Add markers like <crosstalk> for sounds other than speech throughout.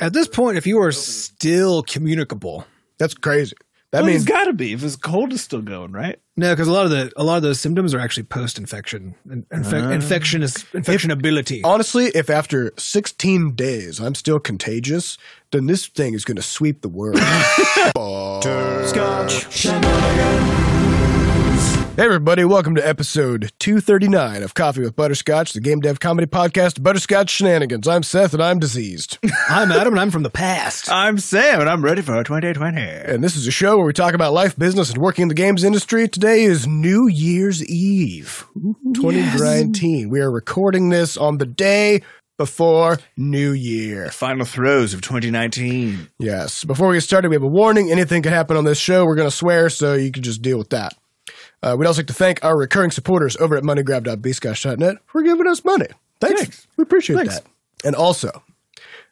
At this point, if you are still communicable, That's crazy. That well, means it's got to be if his cold is still going, right? no, because a lot of the a lot of those symptoms are actually post-infection, in, infec- infection is infectionability. honestly, if after 16 days I'm still contagious, then this thing is going to sweep the world. <laughs> Hey everybody, welcome to episode 239 of Coffee with Butterscotch, the game dev comedy podcast, Butterscotch Shenanigans. I'm Seth and I'm diseased. I'm Adam, and I'm from the past. I'm Sam, and I'm ready for 2020. and this is a show where we talk about life, business, and working in the games industry. Today is New Year's Eve, 2019. We are recording this on the day before New Year. Final throes of 2019. Yes. Before we get started, we have a warning. Anything can happen on this show. We're going to swear, so you can just deal with that. Uh, we'd also like to thank our recurring supporters over at moneygrab.bscosh.net for giving us money. Thanks. Thanks. We appreciate Thanks. that. And also,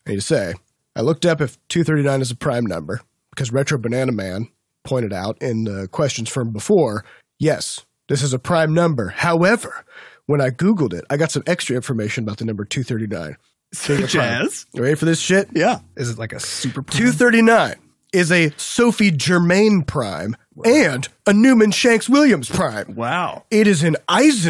I need to say, I looked up if 239 is a prime number because Retro Banana Man pointed out in the questions from before yes, this is a prime number. However, when I Googled it, I got some extra information about the number 239. Such as, You ready for this shit? yeah, Is it like a super? 239 is a Sophie Germain prime and a Newman Shanks Williams prime. wow, It is an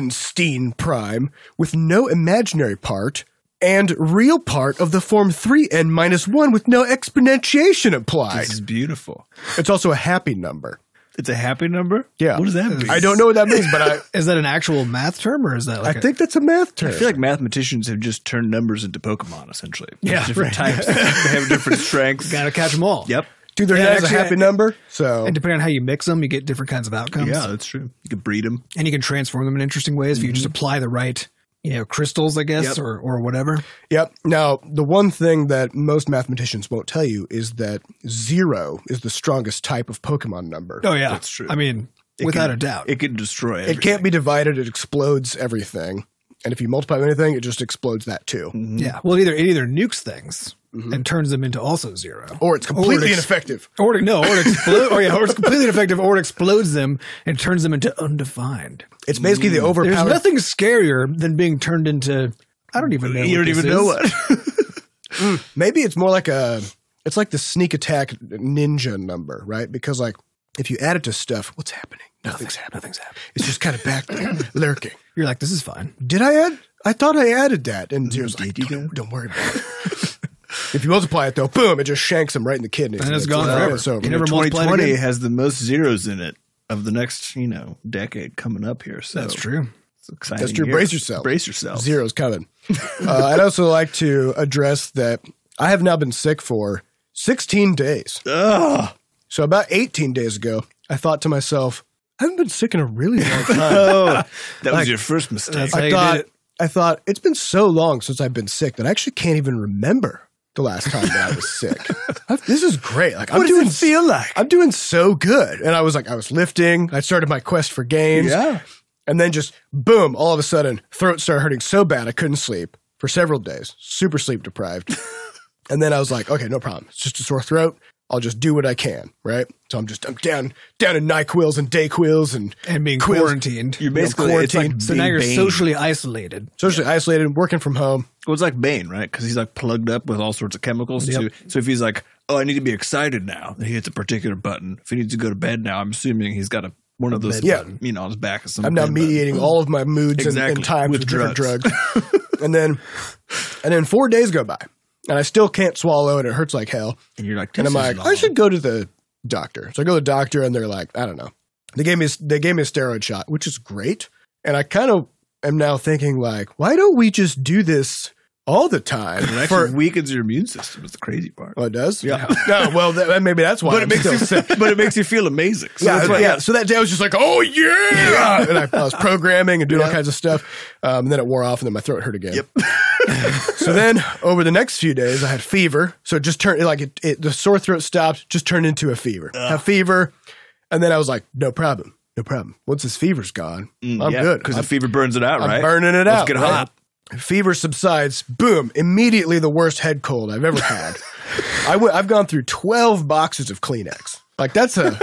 Eisenstein prime with no imaginary part and real part of the form 3n minus 1 with no exponentiation applied. this is beautiful. It's also a happy number. It's a happy number. Yeah. what does that mean? I don't know what that means, <laughs> but I, <laughs> Is that an actual math term, or is that I like a- think that's a math term. I feel like mathematicians have just turned numbers into Pokemon, essentially. Yeah, different <laughs> types. they have different strengths. gotta catch them all? Yep. 239 Yeah, is a actually, happy I- number, so And depending on how you mix them, you get different kinds of outcomes. Yeah, that's true. You could breed them. and you can transform them in interesting ways if you just apply the right, you know, crystals, I guess, Yep. or or whatever. Yep. Now, the one thing that most mathematicians won't tell you is that zero is the strongest type of Pokemon number. Oh yeah, That's true. I mean, It without can- a doubt. It could destroy it can't be divided, it explodes everything. And if you multiply anything, it just explodes that too. yeah. Well, it either it either nukes things and turns them into also zero, Or it's completely ex- ineffective. or it- no, or it explo- or yeah, or it's completely ineffective, or it explodes them and turns them into undefined. It's basically the overpowered. There's nothing scarier than being turned into. I don't even know. You don't this even is. know what. Maybe it's more like a. It's like the sneak attack ninja number, right? Because, like, if you add it to stuff, what's happening? Nothing's happening. Nothing's happening. It's just kind of back there, <coughs> lurking. You're like, this is fine. Did I add? I thought I added that. And Zero's like, Did you don't, don't worry about it. <laughs> if you multiply it, though, boom, it just shanks him right in the kidney. And it's gone forever. It's over. You never multiply it 2020 again. has the most zeros in it of the next, you know, decade coming up here. So That's true. It's exciting. That's true. year. Brace yourself. Brace yourself. Zero's coming. uh, I'd also like to address that I have now been sick for 16 days. <laughs> Ugh. So about 18 days ago, I thought to myself, I haven't been sick in a really <laughs> long time. Oh, that was your first mistake. That's how I you thought, did it. I thought it's been so long since I've been sick that I actually can't even remember the last time that I was sick. <laughs> I've- this is great. Like I'm doing feel like? I'm doing so good. And I was like, I was lifting. I started my quest for games. Yeah. And then just boom, all of a sudden, throat started hurting so bad I couldn't sleep for several days, super sleep deprived. and then I was like, okay, no problem. It's just a sore throat. I'll just do what I can, right? So I'm just I'm down down in NyQuil's and DayQuil's and And being Quills. quarantined. You're basically it's like quarantined. so now being you're Bane. socially isolated. socially isolated, working from home. Well, it's like Bane, right? Because he's like plugged up with all sorts of chemicals. Yep. Too. So if he's like, "Oh, I need to be excited now," then he hits a particular button. If he needs to go to bed now, I'm assuming he's got a one of those, bed Yeah. yeah. you know, on his back. Or some I'm now bed button. mediating all of my moods and, uh, Exactly. and times with, With different drugs. and then and then four days go by. And I still can't swallow and it hurts like hell. and you're like, and I'm "This like, is I long." should go to the doctor. So I go to the doctor, and they're like, I don't know. They gave me they gave me a steroid shot, which is great. And I kind of am now thinking like, why don't we just do this all the time? It actually For, weakens your immune system. Is the crazy part. oh, it does. Yeah. <laughs> no, well, that, maybe that's why. I'm <laughs> but it makes still you, sick. <laughs> but it makes you feel amazing. So yeah, that's why- yeah. So that day I was just like, oh yeah, and I, I was programming and doing all kinds of stuff. Um, and then it wore off, and then my throat hurt again. Yep. <laughs> so then over the next few days, I had fever. So it just turned like it, it the sore throat stopped, just turned into a fever. Have fever, and then I was like, no problem, no problem. Once this fever's gone, Mm, I'm good. because the I'm- fever burns it out, I'm right? burning it Let's out, Get right? hot. fever subsides. Boom! Immediately the worst head cold I've ever <laughs> had. I went, I've gone through twelve boxes of Kleenex. Like that's a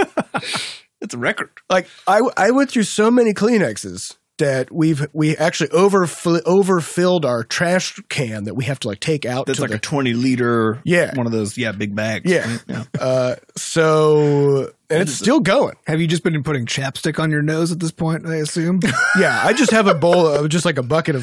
It's a record. like I I went through so many Kleenexes that we've we actually overf- overfilled our trash can that we have to like take out That's to like the a 20 liter, Yeah. one of those, yeah, big bags. <laughs> Yeah. yeah. Uh, so and it's still going. Have you just been putting chapstick on your nose at this point? I <laughs> assume. Yeah, I just have a bowl of just like a bucket of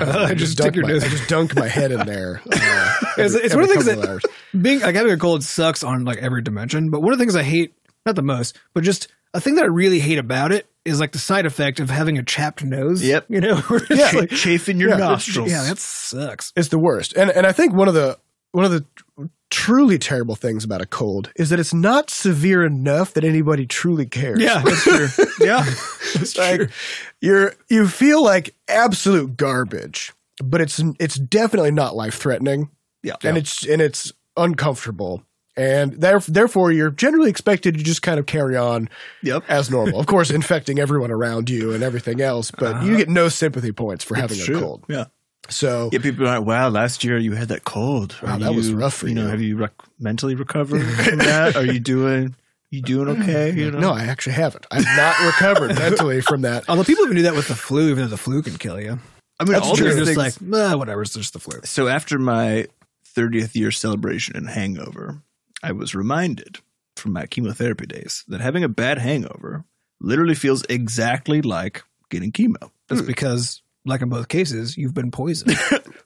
<laughs> At home. Uh, I just just stick dunk your my, nose- I just dunk my head in there. uh, <laughs> it's, every- it's one of the things every couple that of hours. being like having a cold sucks on like every dimension. But one of the things I hate, not the most, but just a thing that I really hate about it is like the side effect of having a chapped nose. Yep. You know. <laughs> where it's Yeah. like- Chafing your Yeah. nostrils. yeah, that sucks. it's the worst. And and I think one of the one of the truly terrible things about a cold is that it's not severe enough that anybody truly cares. Yeah, <laughs> that's true. yeah, <laughs> that's like true. you're you feel like absolute garbage, but it's it's definitely not life threatening, yeah. and it's and it's uncomfortable, and there, therefore you're generally expected to just kind of carry on Yep. as normal. of course, infecting everyone around you and everything else, but you get no sympathy points for having a cold. Yeah. So Yeah, people are like, wow, last year you had that cold. Wow, Are that was rough for you. know, you. have you rec- <laughs> mentally recovered from that? Are you doing, you doing okay? You know? Mm. no, I actually haven't. I've not recovered <laughs> mentally from that. Although people even do that with the flu, even though the flu can kill you. I mean, That's all They're true. these just like, things. nah, whatever, it's just the flu. so after my 30th year celebration and hangover, I was reminded from my chemotherapy days that having a bad hangover literally feels exactly like getting chemo. That's because, like in both cases, you've been <laughs> poisoned.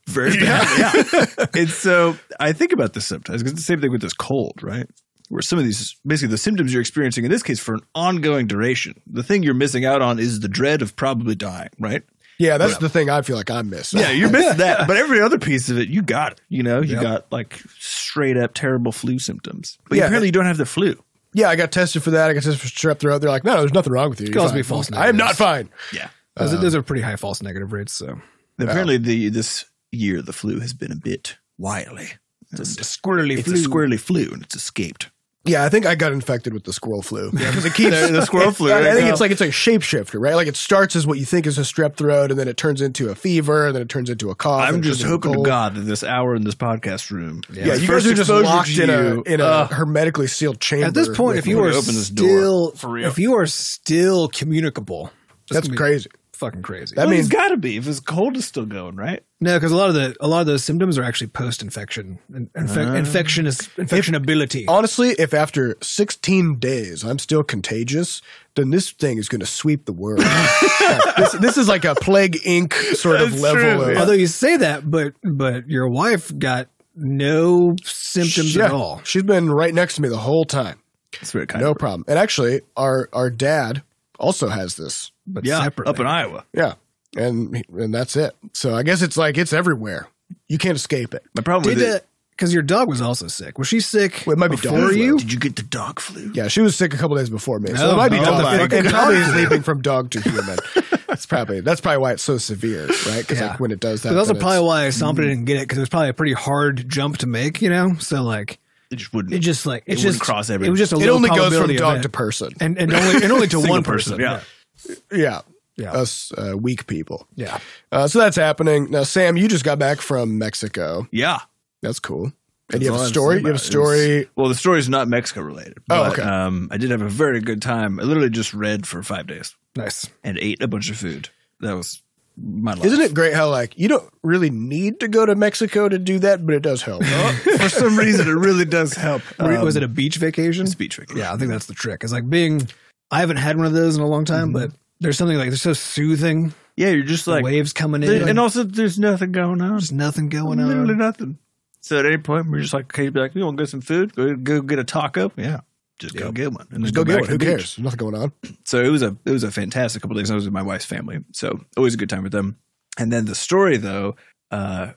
Very bad. <laughs> Yeah. <laughs> and so I think about this sometimes because it's the same thing with this cold, right? Where some of these, basically, the symptoms you're experiencing in this case for an ongoing duration. The thing you're missing out on is the dread of probably dying, right? Yeah, that's the thing I feel like I'm missing. <laughs> Yeah, you're missing that. But every other piece of it, you got it. You know, you Yep. got like straight up terrible flu symptoms. But Yeah. apparently you don't have the flu. <laughs> yeah, I got tested for that. I got tested for strep throat. They're like, no, there's nothing wrong with you. You're Calls fine." me false I am negatives. not fine. Yeah. those, are, those are pretty high false negative rates. So Apparently the this year the flu has been a bit wily. it's a squirrely It's flu. a squirrely flu and it's escaped. Yeah, I think I got infected with the squirrel flu. Yeah, because it keeps. the squirrel flu. I there you think go. it's like it's like a shapeshifter, right? Like it starts as what you think is a strep throat, and then it turns into a fever, and then it turns into a cough. I'm and it just turns into a hoping to cold. God that this hour in this podcast room. Yeah, you guys first are just exposure locked to in a you, in a uh, hermetically sealed chamber. At this point, with- if you we're are gonna open this door. still if you are still communicable, that's that's gonna be crazy. Fucking crazy. That well, means it's got to be if his cold is still going, right? no, because a lot of the a lot of those symptoms are actually post infection, Ah. infec- infection is infectionability. Oh, honestly, if after 16 days I'm still contagious, then this thing is going to sweep the world. <laughs> Yeah, this, this is like a plague Inc. sort of That's level. true, of, yeah. Although you say that, but but your wife got no symptoms Yeah, at all. She's been right next to me the whole time. That's very kind No of problem. And actually, our our dad also has this. But yeah, separately. up in Iowa. Yeah, and and that's it. So I guess it's like it's everywhere. You can't escape it. My problem did with it, it because your dog was also sick. Was she sick? Well, it might be dog before flu. you. Did you get the dog flu? Yeah, she was sick a couple days before me, so Oh, it might be oh dog. my It, it fucking probably God. is leaping from dog to human. <laughs> That's probably that's probably why it's so severe, right? Because Yeah. like when it does that, But that's then it's- probably why Sampa Mm. didn't get it because it was probably a pretty hard jump to make, you know. So like, It just wouldn't. it just like it's It wouldn't just cross It everything. was just a it low only goes from probability dog event. to person. and and only and only to <laughs> Single one person, person. yeah. yeah, yeah, yeah. us uh, weak people. yeah. Uh, so that's happening now. Sam, you just got back from Mexico. yeah. That's cool. And you That's all have a I to story. say You have a uh, about it. story. It was- well, the story's not Mexico related. Oh, but, okay. Um, I did have a very good time. I literally just read for five days Nice. and ate a bunch of food. That was my life. <laughs> Isn't it great how like you don't really need to go to Mexico to do that, but it does help. <laughs> for some reason, it really does help. Were- was it <laughs> Um, a beach vacation? speech trick? Yeah, I think that's the trick. It's like being. I haven't had one of those in a long time, but there's something like they're so soothing. yeah. You're just The like, waves coming in, there- and also there's nothing going on. there's nothing going Literally on. nothing. So at any point, we're just like, okay, you'd be like, you want to get some food? Go, go get a taco. Yeah, just go get one and Just go then get back one. to Who the cares? Nothing going on. beach. So it was a it was a fantastic couple days. I was with my wife's family, so always a good time with them. And then the story though uh,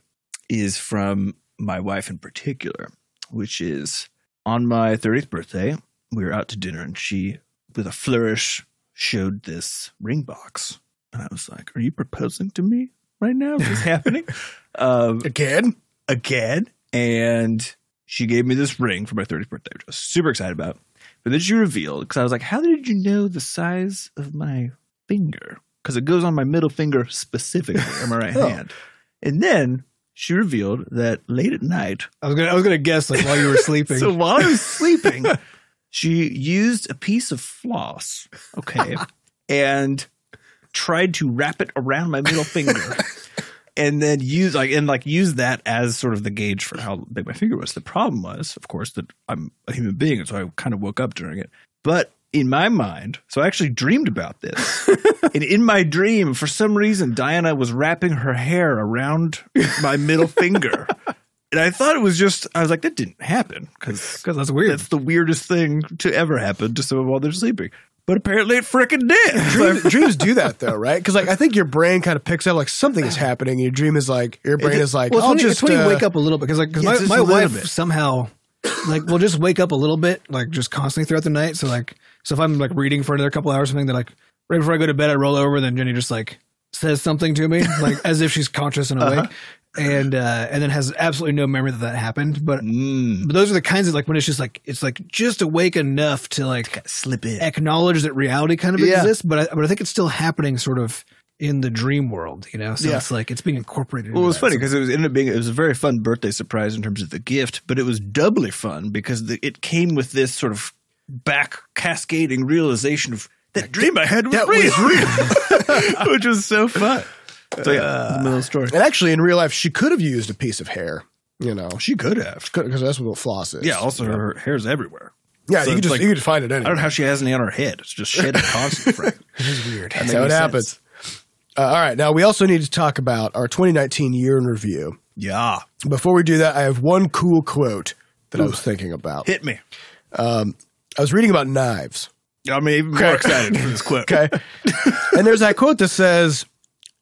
is from my wife in particular, which is on my 30th birthday, we were out to dinner, and she, with a flourish, showed this ring box, and I was like, "Are you proposing to me right now? Is this <laughs> happening?" Um, Again? again. And she gave me this ring for my 30th birthday, which I was super excited about. But then she revealed, because I was like, how did you know the size of my finger? Because it goes on my middle finger specifically on my right Oh. hand. And then she revealed that late at night, I was gonna, I was gonna guess like while you <laughs> were sleeping. so while I was sleeping, she used a piece of floss, okay, and tried to wrap it around my middle finger. And then use like and like use that as sort of the gauge for how big my finger was. The problem was, of course, that I'm a human being, and so I kind of woke up during it. But in my mind, so I actually dreamed about <laughs> this. and in my dream, for some reason, Diana was wrapping her hair around my middle finger. And I thought it was just, I was like, that didn't happen because Because that's weird. that's the weirdest thing to ever happen to someone while they're sleeping. But apparently it freaking did. So <laughs> I- Dreams, dreams do that though, right? Because like I think your brain kind of picks up like something <sighs> is happening. And your dream is like your brain is like, well, it's I'll when, you- just it's when uh, you wake up a little bit because like 'cause Yeah, just my, a my little wife bit. somehow like will just wake up a little bit like just constantly throughout the night. So like so if I'm like reading for another couple hours or something, then like right before I go to bed, I roll over. Then Jenny just like says something to me like as if she's conscious <laughs> and awake, and uh, and then has absolutely no memory that that happened. But Mm. but those are the kinds of like when it's just like it's like just awake enough to like slip in. acknowledge that reality kind of Yeah. exists, but I, but I think it's still happening sort of in the dream world, you know. So Yeah. it's like it's being incorporated. Well, it into was that. funny because it was ended up being it was a very fun birthday surprise in terms of the gift, but it was doubly fun because the, it came with this sort of back cascading realization of that dream I had was that real, was <laughs> which was so fun. Uh, So yeah, the middle of the story. And actually, in real life, she could have used a piece of hair. You know, She could have. because that's what floss is. Yeah. Also, her hair's everywhere. yeah. so you could it's just like- you could find it I don't know anywhere. how she has any on her head. It's just shit <laughs> constant. Frank. Weird. That's That how it makes happens. sense. Uh, all right, now we also need to talk about our 2019 year in review. Yeah. Before we do that, I have one cool quote that I was thinking about. Hit me. I was reading about knives. I'm even more excited for this clip. Okay. and there's that quote that says,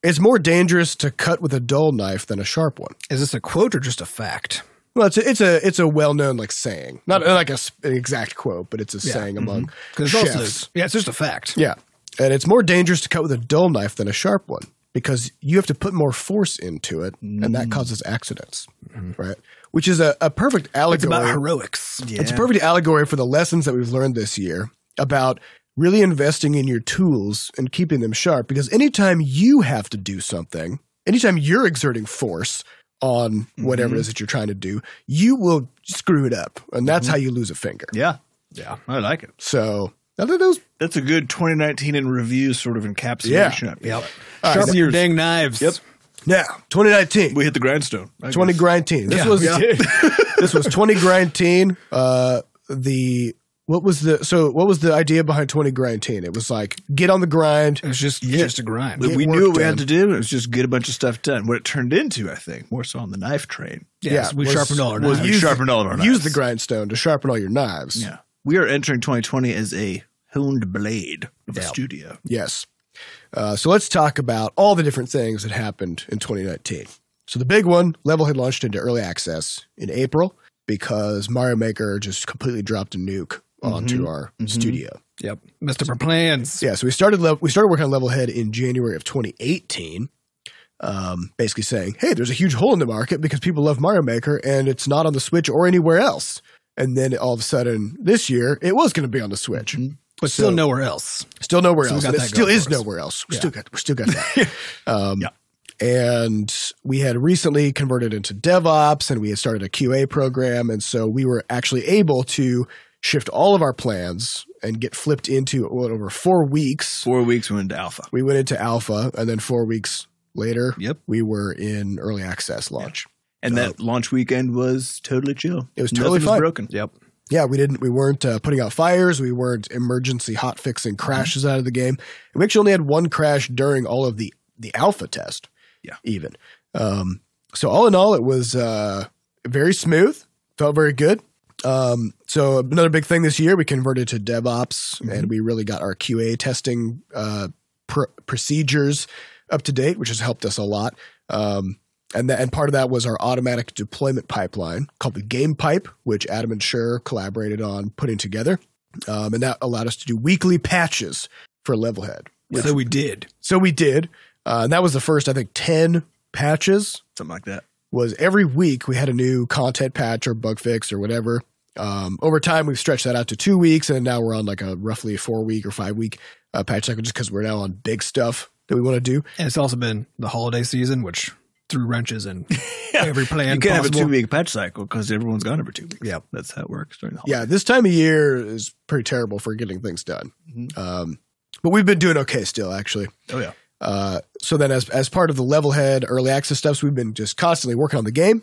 It's more dangerous to cut with a dull knife than a sharp one. Is this a quote or just a fact? Well, it's a, it's a it's a well known like saying, not not like a, s- an exact quote, but it's a saying among Because it's chefs. also yeah, it's just a fact. yeah, and it's more dangerous to cut with a dull knife than a sharp one because you have to put more force into it, and that causes accidents, right? Which is a, a perfect allegory. It's about heroics. Yeah. It's a perfect allegory for the lessons that we've learned this year about really investing in your tools and keeping them sharp because anytime you have to do something, anytime you're exerting force on whatever Mm-hmm. it is that you're trying to do, you will screw it up. And that's Mm-hmm. how you lose a finger. Yeah. Yeah. I like it. So I think that was That's a good 2019 in review sort of encapsulation. Yeah. I think. Yep. All Sharpen right. your dang knives. Yep. now 2019. We hit the grindstone. I 20 guess. grindteen. This Yeah, was we did. <laughs> this was 20 grindteen. Uh the what was the so what was the idea behind 20 grindteen? It was like get on the grind. It was just just a grind. We, we Get knew work what we had done. to do. and It was just get a bunch of stuff done. What it turned into, I think, more so on the knife train. yes, yeah, we was- sharpened all our was knives. We use- sharpened all of our knives. Use the grindstone to sharpen all your knives. Yeah. We are entering 2020 as a honed blade of a Yeah. studio. Yes. Uh, so let's talk about all the different things that happened in 2019. So the big one, Level had launched into early access in April because Mario Maker just completely dropped a nuke Mm-hmm. onto our studio. yep, messed up our plans. Yeah, so we started lev- we started working on Levelhead in January of 2018. Um, basically saying, hey, there's a huge hole in the market because people love Mario Maker and it's not on the Switch or anywhere else. And then all of a sudden, this year, it was going to be on the Switch. But still So- nowhere else. Still nowhere So we else. got And it that still going is for us. nowhere else. We Yeah. still got we still <laughs> got that. um, Yeah. And we had recently converted into DevOps, and we had started a QA program, and so we were actually able to shift all of our plans and get flipped into what, over four weeks. Four weeks we went into alpha. We went into alpha, and then four weeks later, Yep. we were in early access launch. And that launch weekend was totally chill. It was totally Nothing fine. was broken. Yep. yeah, we didn't, we weren't uh, putting out fires, we weren't emergency hot fixing crashes out of the game. And we actually only had one crash during all of the the alpha test. Yeah. even. Um, so all in all, it was uh, very smooth. Felt very good. Um, so another big thing this year, we converted to DevOps, and we really got our QA testing uh, pr- procedures up to date, which has helped us a lot. Um, and that, and part of that was our automatic deployment pipeline called the Game Pipe, which Adam and Scher collaborated on putting together, um, and that allowed us to do weekly patches for Levelhead. which- So we did. so we did, uh, and that was the first, I think, ten patches Something like that. was every week we had a new content patch or bug fix or whatever. Um, over time, we've stretched that out to two weeks, and now we're on like a roughly a four week or five week uh, patch cycle just because we're now on big stuff that we want to do. And it's also been the holiday season, which threw wrenches in every plan You can't possible. have a two week patch cycle because everyone's gone every two weeks. Yeah. That's how it works during the holiday. Yeah, this time of year is pretty terrible for getting things done. Mhm. Um, But we've been doing okay still, actually. Oh yeah. Uh, so then as as part of the level head early access stuffs, we've been just constantly working on the game.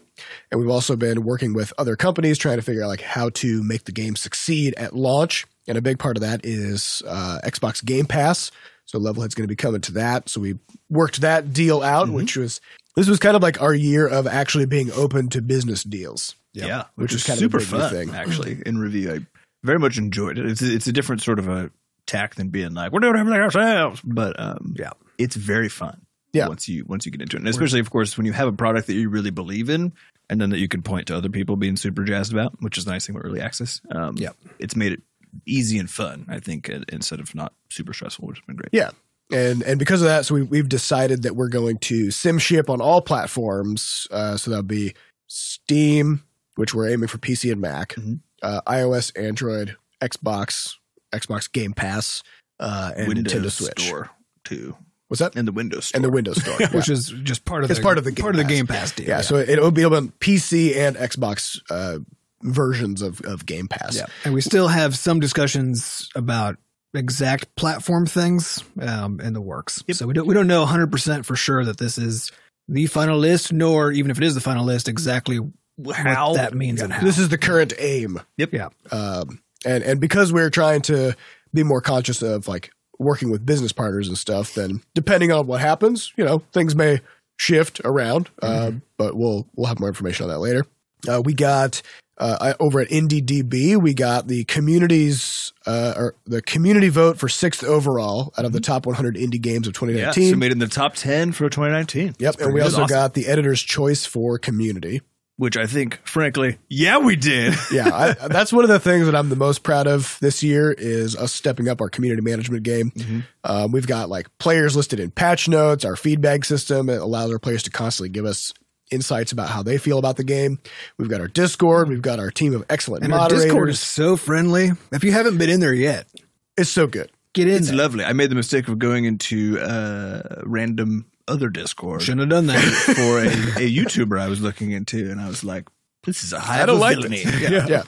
And we've also been working with other companies trying to figure out like how to make the game succeed at launch. And a big part of that is uh, Xbox Game Pass. So level head's gonna be coming to that. So we worked that deal out, which was this was kind of like our year of actually being open to business deals. Yeah, Which which, is is kind of a super big new fun thing. Hmm. actually in review. I very much enjoyed it. It's it's a different sort of a tack than being like we're doing everything ourselves, but um, Yeah. it's very fun. Yeah. once you once you get into it, and especially of course when you have a product that you really believe in, and then that you can point to other people being super jazzed about, which is the nice thing with early access. Um, Yeah. it's made it easy and fun. I think in- instead of not super stressful, which has been great. Yeah. And and because of that, so we, we've decided that we're going to sim ship on all platforms. Uh, so that'll be Steam, which we're aiming for PC and Mac, Mhm. uh, iOS, Android, Xbox, Xbox Game Pass, uh, and Nintendo Switch. Store too, What's that? and the Windows Store. And the Windows <laughs> Store. yeah. <laughs> which is just part of It's the, part of the Game part of the Pass. Game Pass deal. Yeah, so it'll be on PC and Xbox uh, versions of, of Game Pass. Yeah. And we still have some discussions about exact platform things um, in the works. So we don't we don't know 100% for sure that this is the final list nor even if it is the final list exactly How? what that means and how. This is the current aim. Yep. Yeah. um, and and because we're trying to be more conscious of like working with business partners and stuff, then depending on what happens, you know, things may shift around. Mm-hmm. Uh, but we'll we'll have more information on that later. Uh, we got uh, I- over at IndieDB, we got the communities uh, or the community vote for sixth overall out of the top 100 indie games of Mm-hmm. yeah, 2019. so made it in the top ten for 2019. Yep, and we good. also Awesome. got the editor's choice for community. which I think, frankly, yeah, we <laughs> did. yeah, I, that's one of the things that I'm the most proud of this year is us stepping up our community management game. Um, we've got like players listed in patch notes, our feedback system. It allows our players to constantly give us insights about how they feel about the game. We've got our Discord. We've got our team of excellent and our moderators. Discord is so friendly. If you haven't been in there yet, it's so good. get in It's there. lovely. I made the mistake of going into uh, random other Discord Shouldn't have done <laughs> that. for a, a YouTuber I was looking into, and I was like, "This is a high of villainy." Yeah. yeah.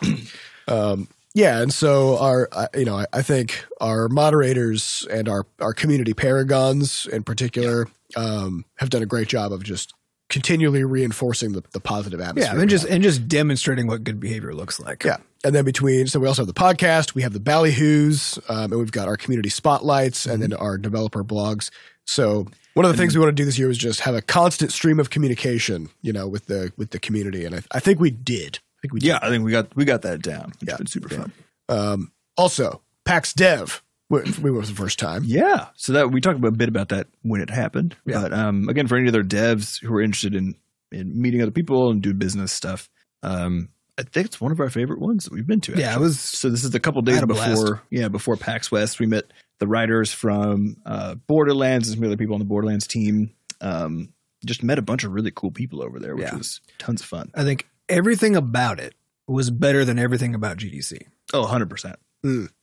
Um, yeah, and so our, uh, you know, I, I think our moderators and our our community paragons in particular um, have done a great job of just continually reinforcing the, the positive atmosphere. yeah, and just we have. and just demonstrating what good behavior looks like. yeah, and then between, so we also have the podcast, we have the ballyhoos, um, and we've got our community spotlights, and Mm-hmm. then our developer blogs. So one of the things we want to do this year is just have a constant stream of communication, you know, with the with the community, and I, I think we did. I think we did. Yeah, I think we got we got that down. It's Yeah. been super fun. Um, also, PAX Dev, we, we went for the first time. Yeah, so that we talked about a bit about that when it happened. Yeah. But um, again, for any other devs who are interested in in meeting other people and doing business stuff, um, I think it's one of our favorite ones that we've been to. Yeah, it was So this is a couple days Had a blast. before, yeah, before PAX West. We met the writers from uh, Borderlands and some other people on the Borderlands team. Um, just met a bunch of really cool people over there, which Yeah. was tons of fun. I think everything about it was better than everything about GDC. Oh, 100%.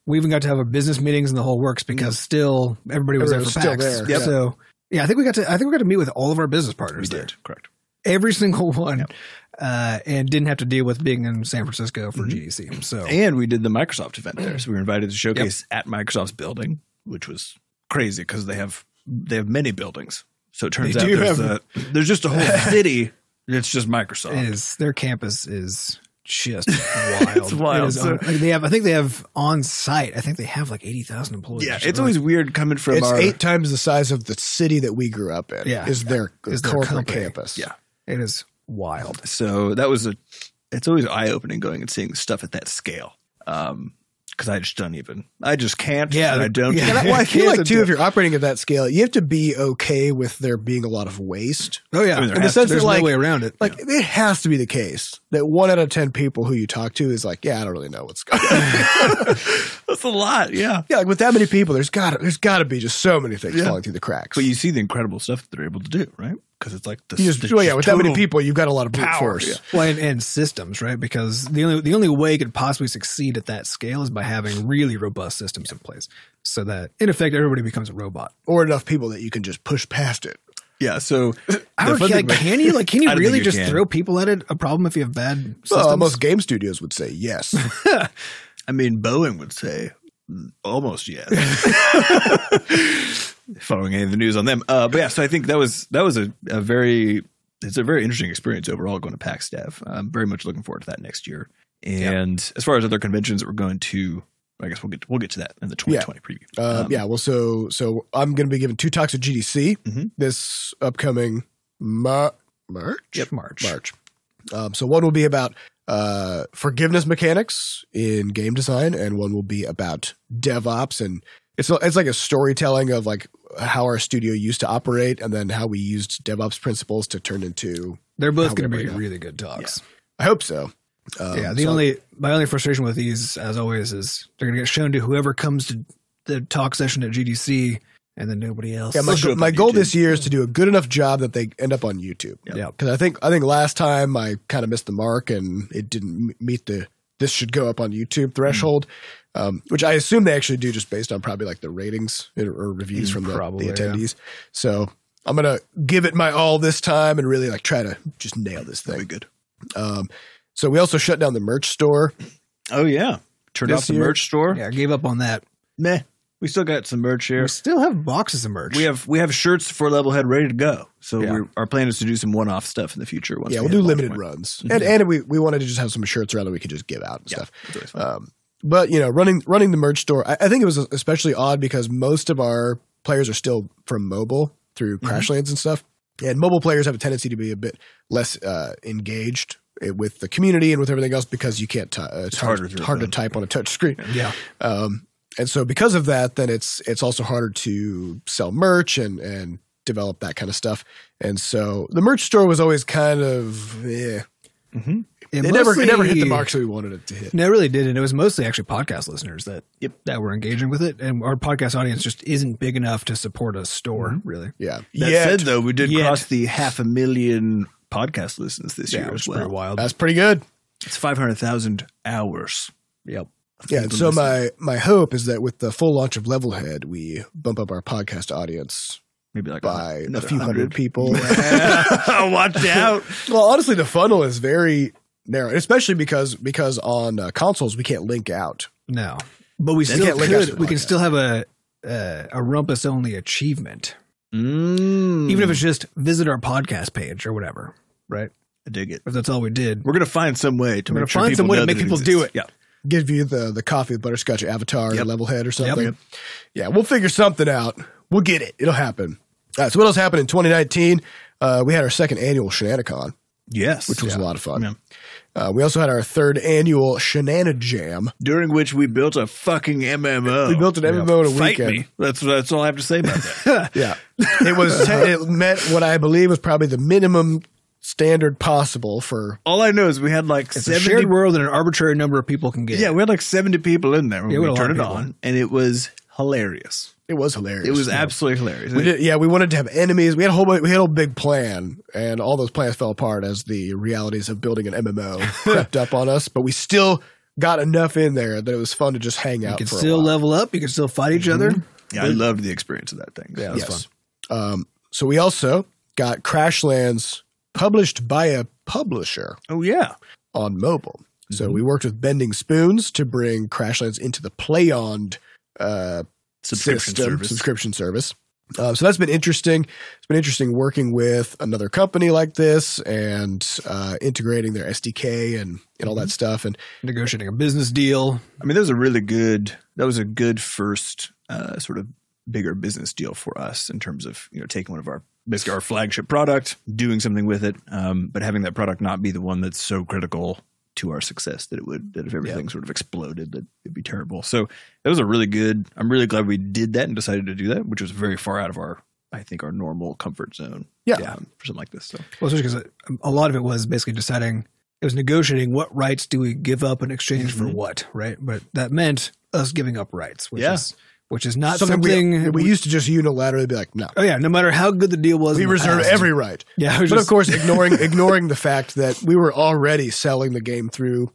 we even got to have our business meetings and the whole works because Mm. still everybody was Everybody was there for still PAX. there. Yep. So yeah, I think we got to I think we got to meet with all of our business We partners there. did. Correct. Every single one. Uh, and didn't have to deal with being in San Francisco for GDC. So Mm-hmm. And we did the Microsoft event Mm. there. So we were invited to showcase at Microsoft's building, which was crazy because they have they have many buildings. So it turns They out do there's, have- <laughs> a- there's just a whole city that's just Microsoft. it is their campus is just wild. <laughs> It's wild. It is So- un- like they have I think they have on site, I think they have like eighty thousand employees. Yeah, So it's always like, weird coming from It's our eight times the size of the city that we grew up in. Yeah. is their Is their corporate company. campus. Yeah. it is wild. So that was a. It's always eye opening going and seeing stuff at that scale. Um, because I just don't even. I just can't. Yeah, and I don't. yeah. And I, <laughs> well, <laughs> I feel Kids like and too, stuff. if you're operating at that scale, you have to be okay with there being a lot of waste. Oh yeah. I mean, there In the has to- sense there's there's like- no way around it. Like it has to be the case that one out of ten people who you talk to is like, yeah, I don't really know what's going. on. <laughs> That's a lot. Yeah. yeah, like with that many people, there's got there's got to be just so many things Yeah. falling through the cracks. But you see the incredible stuff that they're able to do, right? Because it's like the, You just, the well, yeah, with that many total- people, you've got a lot of brute power, force. yeah. Well, and, and systems, right? Because the only the only way you could possibly succeed at that scale is by having really robust systems in place, so that in effect everybody becomes a robot. or enough people that you can just push past it. <laughs> Yeah. So I the don't, fun like, thing about- can you like can you <laughs> I don't really think you just can. throw people at it? A problem if you have bad systems. <laughs> Well, most game studios would say yes. I mean, Boeing would say almost yet. Following any of the news on them, uh, but yeah. So I think that was that was a, a very it's a very interesting experience overall going to PACSTAV. I'm very much looking forward to that next year. And as far as other conventions that we're going to, I guess we'll get we'll get to that in the 2020 preview. Uh, Um, yeah, well, so so I'm going to be giving two talks at GDC Mhm. this upcoming Mar- March. Yep, March. March. Um, so one will be about uh, forgiveness mechanics in game design, and one will be about DevOps, and it's it's like a storytelling of like how our studio used to operate, and then how we used DevOps principles to turn into. They're both How going to we be break up. really good talks. I hope so. Um, Yeah. the so- only my only frustration with these, as always, is they're going to get shown to whoever comes to the talk session at GDC, and then nobody else. <laughs> Yeah, my, Let's do it my on goal YouTube. this year is to do a good enough job that they end up on YouTube. Yeah. Yeah. because I think I think last time I kind of missed the mark and it didn't m- meet the this should go up on YouTube threshold, um, which I assume they actually do just based on probably like the ratings or, or reviews Mm, from the, probably, the yeah. attendees. So I'm gonna give it my all this time and really like try to just nail this That'll be thing. good. Um, so we also shut down the merch store. Oh yeah, turned This off the year- merch store. Yeah, I gave up on that. Meh, we still got some merch here. We still have boxes of merch. We have we have shirts for Level Head ready to go. So Yeah. we're, our plan is to do some one off stuff in the future. Once yeah, we we'll hit do launch limited point. runs, and and we we wanted to just have some shirts around that we could just give out and Yeah. stuff. It's always fun. Um, but you know, running running the merch store, I, I think it was especially odd because most of our players are still from mobile through Crashlands and stuff, and mobile players have a tendency to be a bit less uh, engaged eh, with the community and with everything else because you can't. T- uh, it's, hard, harder through hard to them. type on a touch screen. yeah. Um, and so because of that, then it's it's also harder to sell merch and and develop that kind of stuff. And so the merch store was always kind of eh. Mhm. it, never it never hit the mostly- marks that we wanted it to hit. No, it really did, and it was mostly actually podcast listeners that Yep. that were engaging with it, and our podcast audience just isn't big enough to support a store, Mm-hmm. really. Yeah. That Yet- said, though, we did Yet. cross the half a million podcast listens this Yeah, year which as is pretty well. wild. that's pretty good. It's five hundred thousand hours. yep. Yeah, and people so listening. my my hope is that with the full launch of Levelhead, we bump up our podcast audience Maybe like by a another few hundred people. <laughs> Watch out! <laughs> well, honestly, the funnel is very narrow, especially because because on uh, consoles we can't link out. No, but we Then still can't link us to could. the We can podcast. still have a uh, a rumpus only achievement, Mm. even if it's just visit our podcast page or whatever. Right? I dig it, If that's all we did, we're gonna find some way to We're gonna make sure find people some way to know make that people do exists. Give you the the coffee with butterscotch avatar Yep. and Levelhead or something. Yep. Yeah, we'll figure something out. We'll get it. It'll happen. All right, so what else happened in 2019? Uh, we had our second annual Shenanicon, Yeah. Yes. which was a lot of fun. Yeah. Uh, we also had our third annual Shenana Jam. during which we built a fucking MMO. We built an MMO in a Oh, Fight weekend. me. That's that's all I have to say about that. <laughs> <laughs> Yeah, it was. It met what I believe was probably the minimum standard possible for. all I know is we had like it's a seventy. shared world and an arbitrary number of people can get. yeah, we had like seventy people in there when Yeah, we had we a lot turned it of people. on, and it was hilarious. It was hilarious. It was absolutely hilarious. We did, yeah, we wanted to have enemies. We had a whole bu- we had a whole big plan, and all those plans fell apart as the realities of building an <laughs> MMO crept up on us. But we still got enough in there that it was fun to just hang you out. can for still a while. Mm-hmm. level up. You can still fight each other. yeah, I loved the experience of that thing. Yeah, it was fun. yes. Um, so we also got Crashlands published by a publisher. Oh yeah. on mobile. So we worked with Bending Spoons to bring Crashlands into the PlayOn uh, Subscription system, service. subscription service. Uh, so that's been interesting. It's been interesting working with another company like this and uh, integrating their SDK and, and all that stuff. And Negotiating a business deal. I mean, that was a really good. That was a good first uh, sort of bigger business deal for us in terms of you know taking one of our basically our flagship product, doing something with it, um, but having that product not be the one that's so critical to our success that it would that if everything sort of exploded that it'd be terrible. So that was a really good. I'm really glad we did that and decided to do that, which was very far out of our I think our normal comfort zone. Yeah. um, for something like this. So Well, especially because um, a lot of it was basically deciding, it was negotiating what rights do we give up in exchange for Mm-hmm. Mhm. what, right? But that meant us giving up rights, which Yeah. is which is not something, something. we- we, used to just unilaterally be like, no, oh yeah, no matter how good the deal was, we in the reserve past. every right. Yeah, it was but just- of course, ignoring ignoring the fact that we were already selling the game through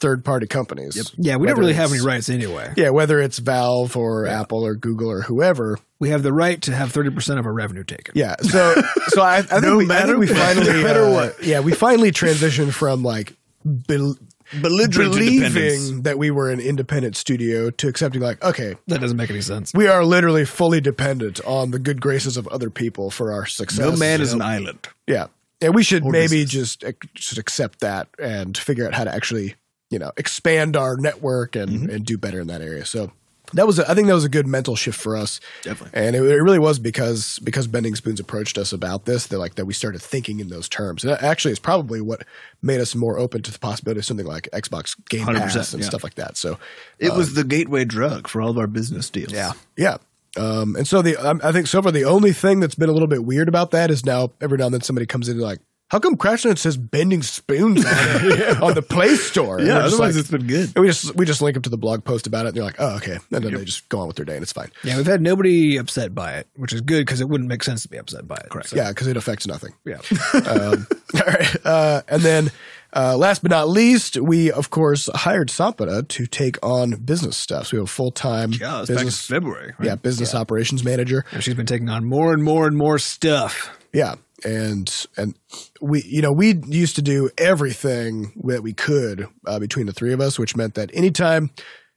third party companies. yeah, we don't whether really have it's- any rights anyway. Yeah, whether it's Valve or Apple or Google or whoever, We have the right to have thirty percent of our revenue taken. Yeah. So so <laughs> I, I, think, we, I matter think we what. finally No matter uh, what. Yeah, we finally transitioned from like bel- belligerent independence. believing that we were an independent studio to accepting like, okay, That doesn't make any sense. we are literally fully dependent on the good graces of other people for our success. No man is Yeah. an island. Yeah. And we should Or maybe business. just ac- just accept that and figure out how to actually, you know, expand our network and, Mm-hmm. and do better in that area. So that was, a, I think that was a good mental shift for us. Definitely. And it, it really was because because Bending Spoons approached us about this that like that we started thinking in those terms. And that actually is probably what made us more open to the possibility of something like Xbox Game 100%, Pass and yeah. stuff like that. So It was the gateway drug for all of our business deals. yeah, yeah. Um, and so the um, I think so far the only thing that's been a little bit weird about that is now every now and then somebody comes in and like, how come Crashland says Bending Spoons on, <laughs> it <laughs> on the Play Store? And Yeah, we're just otherwise like- it's been good. and we just we just link them to the blog post about it, and they're like, oh okay, and then they just go on with their day, and it's fine. Yeah, we've had nobody upset by it, which is good because it wouldn't make sense to be upset by it. Correct. Yeah, because it affects nothing. yeah. um, <laughs> all right. Uh, and then, uh, last but not least, we of course hired Sampada to take on business stuff. So we have a full time Yeah, it's back in business, February. right? yeah, business operations manager. And she's been taking on more and more and more stuff. Yeah, and and we you know we used to do everything that we could uh, between the three of us, which meant that anytime,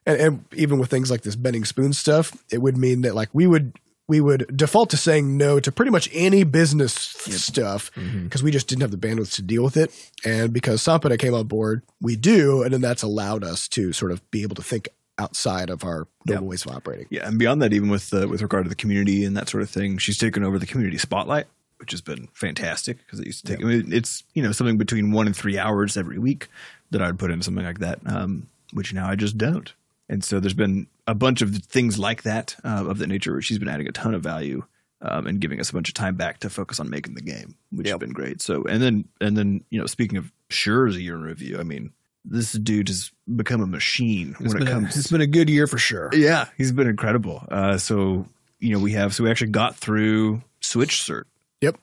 and, and even with things like this bending spoon stuff, it would mean that like we would we would default to saying no to pretty much any business stuff because we just didn't have the bandwidth to deal with it, and because Sampada came on board, we do, and then that's allowed us to sort of be able to think outside of our normal ways of operating. Yeah, and beyond that, even with the, with regard to the community and that sort of thing, she's taken over the community spotlight, which has been fantastic because it used to take. I mean, it's you know something between one and three hours every week that I would put into something like that, um, which now I just don't. And so there's been a bunch of things like that uh, of that nature where she's been adding a ton of value um, and giving us a bunch of time back to focus on making the game, which has been great. So and then and then you know speaking of Sure's year in review, I mean this dude has become a machine It's when it been a- comes. it's been a good year for sure. Yeah, he's been incredible. Uh, so you know we have so we actually got through Switch cert Yep,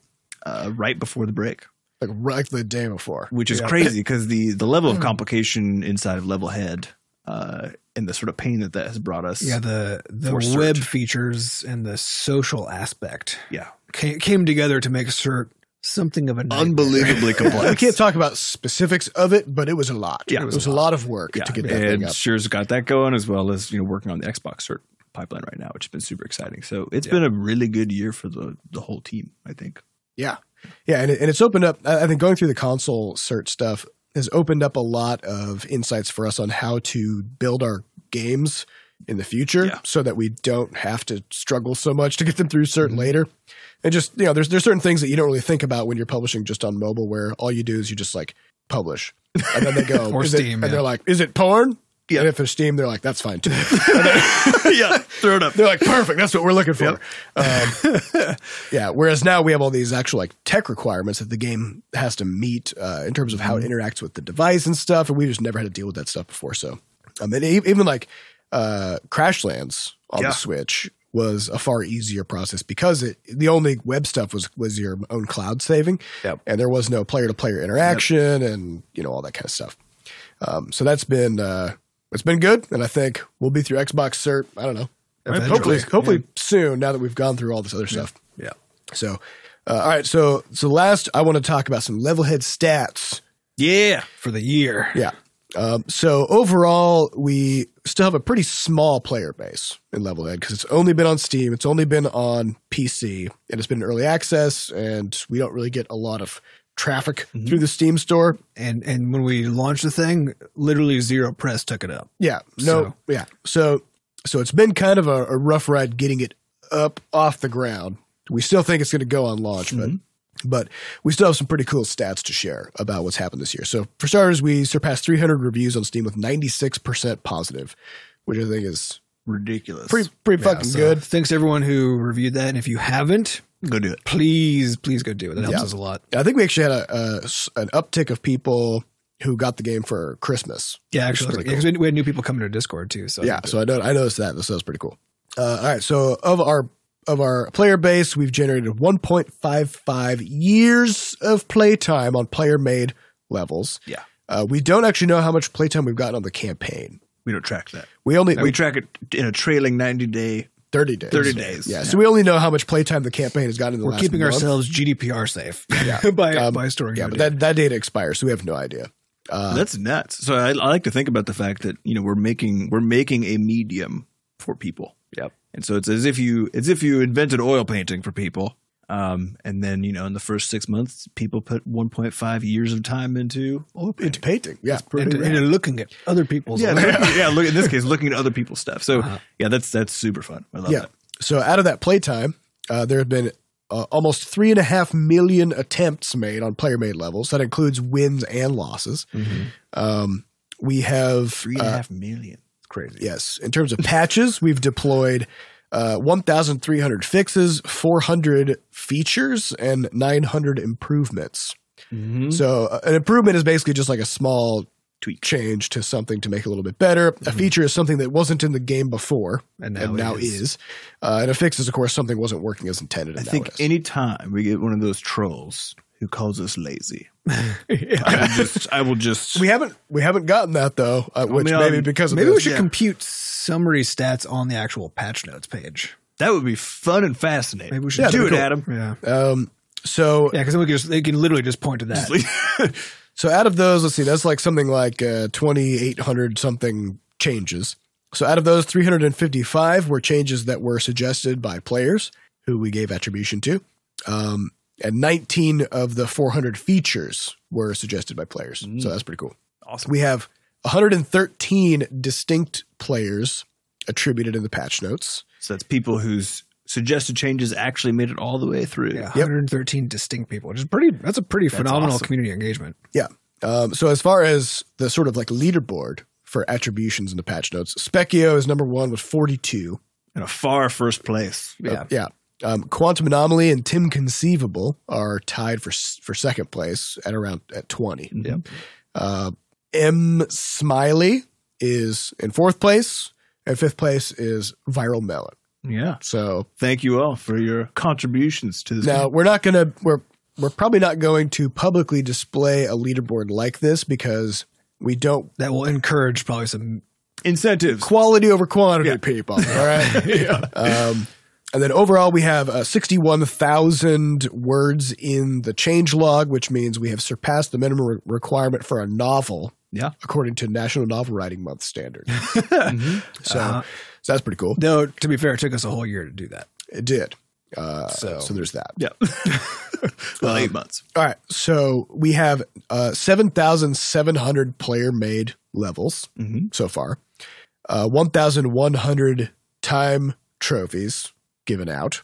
uh, right before the break, like right the day before. which is Yeah. <laughs> crazy because the the level Hmm. of complication inside of Level Head uh, and the sort of pain that that has brought us. Yeah, the the For cert. web features and the social aspect yeah, came, came together to make cert something of a nightmare. <laughs> unbelievably We complex. can't talk about specifics of it, but it was a lot. Yeah, it was, a lot of work yeah, to get that thing and up. sure's got that going as well as you know working on the Xbox cert pipeline right now, which has been super exciting. So it's been a really good year for the the whole team. <laughs> I think. Yeah, yeah, and, it, and it's opened up. I I think going through the console search stuff has opened up a lot of insights for us on how to build our games in the future, Yeah. so that we don't have to struggle so much to get them through certain later. And just you know, there's there's certain things that you don't really think about when you're publishing just on mobile, where all you do is you just like publish, and then they go Or "Is it-" Steam, and yeah. they're like, is it porn? Yeah. And if there's Steam, they're like, that's fine too. yeah, throw it up. They're like, perfect. That's what we're looking for. Um, <laughs> yeah. Whereas now we have all these actual like tech requirements that the game has to meet uh, in terms of how it interacts with the device and stuff, and we just never had to deal with that stuff before. So, um, and e- even like uh, Crashlands on Yeah. the Switch was a far easier process because it the only web stuff was was your own cloud saving, Yep. and there was no player to player interaction and you know all that kind of stuff. Um, so that's been uh, it's been good, and I think we'll be through Xbox cert. I don't know. I mean, Eventually. hopefully, hopefully soon. Now that we've gone through all this other stuff. Yeah. So, uh, all right. So, so last, I want to talk about some level head stats. Yeah, for the year. Yeah. Um, so overall, we still have a pretty small player base in Level Head because it's only been on Steam, it's only been on PC, and it's been in early access, and we don't really get a lot of traffic Mm-hmm. through the Steam store. And and when we launched the thing, literally zero press took it up. Yeah. No. So- Yeah. So so it's been kind of a, a rough ride getting it up off the ground. We still think it's going to go on launch, but but we still have some pretty cool stats to share about what's happened this year. So for starters, we surpassed 300 reviews on Steam with 96% positive, which I think is ridiculous. pretty pretty Yeah, fucking so good. Thanks to everyone who reviewed that. And if you haven't, Go do it. please, please go do it. That helps Yeah. us a lot. I think we actually had a, a s- an uptick of people who got the game for Christmas. Yeah, which is actually, pretty because we had new people coming to Discord too. So yeah so i know i noticed that so that's pretty cool uh, all right so of our of our player base we've generated 1.55 years of playtime on player made levels Yeah. uh, we don't actually know how much playtime we've gotten on the campaign We don't track that. we only Now, we, we track it in a trailing 90 day. 30 days 30 days. yeah, so we only know how much playtime the campaign has gotten in the we're last keeping month. ourselves GDPR safe <laughs> by by storing. yeah your but data. that, that data expires so we have no idea Uh, That's nuts. So I, I like to think about the fact that you know we're making we're making a medium for people. Yep. And so it's as if you it's if you invented oil painting for people, um, and then you know in the first six months people put 1.5 years of time into oil painting. into painting. Yeah. <laughs> and, and they're looking at other people's. yeah, like, look, yeah. Look in this case, looking at other people's stuff. So yeah, that's that's super fun. I love Uh-huh. yeah. that. So out of that playtime, uh, there have been uh, almost three and a half million attempts made on player made levels. That includes wins and losses. Um, we have uh, Three and a half million. It's crazy. Yes. In terms of patches, we've deployed uh, 1,300 fixes, 400 features, and 900 improvements. So uh, an improvement is basically just like a small Mm-hmm. Tweak. Mm-hmm. change to something to make it a little bit better. A feature is something that wasn't in the game before And and now now, it is. is. Uh, and a fix is, of course, something wasn't working as intended. I And now think it is. any time we get one of those trolls who calls us lazy, <laughs> yeah. I will <laughs> just I will just we haven't we haven't gotten that though, uh, which mean, maybe um, because of Maybe we this. should Yeah. compute summary stats on the actual patch notes page. that would be fun and fascinating. Maybe we should do it, that'd be cool. Adam. Yeah, Um, so yeah, because we could just they can literally just point to that. <laughs> So out of those, let's see, that's like something like uh, 2,800 something changes. So out of those, 355 were changes that were suggested by players who we gave attribution to. Um, and 19 of the 400 features were suggested by players. So that's pretty cool. awesome. We have 113 distinct players attributed in the patch notes. So that's people whose suggested changes actually made it all the way through. Yeah, 113 distinct people, which is pretty. That's a pretty phenomenal awesome. community engagement. Yeah. Um, so as far as the sort of like leaderboard for attributions in the patch notes, Specchio is number one with 42. In a far first place. Yeah, Yeah. Um, Quantum Anomaly and Tim Conceivable are tied for s- for second place at around at 20. Yep. Uh, M Smiley is in fourth place, and fifth place is Viral Melon. Yeah. So Thank you all for your contributions to this. now we're not gonna we're we're probably not going to publicly display a leaderboard like this because we don't that will encourage probably some. game. incentives. <laughs> quality over quantity, <laughs> people. All right. Um, and then overall, we have uh, 61,000 words in the change log, which means we have surpassed the minimum re- requirement for a novel, Yeah. according to National Novel Writing Month standard. <laughs> Mm-hmm. so, so that's pretty cool. Though to be fair, it took us a whole year to do that. It did. Uh, so. So- there's that. Yeah. well, eight months. All right. So we have uh, 7,700 player made levels. Mm-hmm. so far. Uh, 1,100 time trophies given out.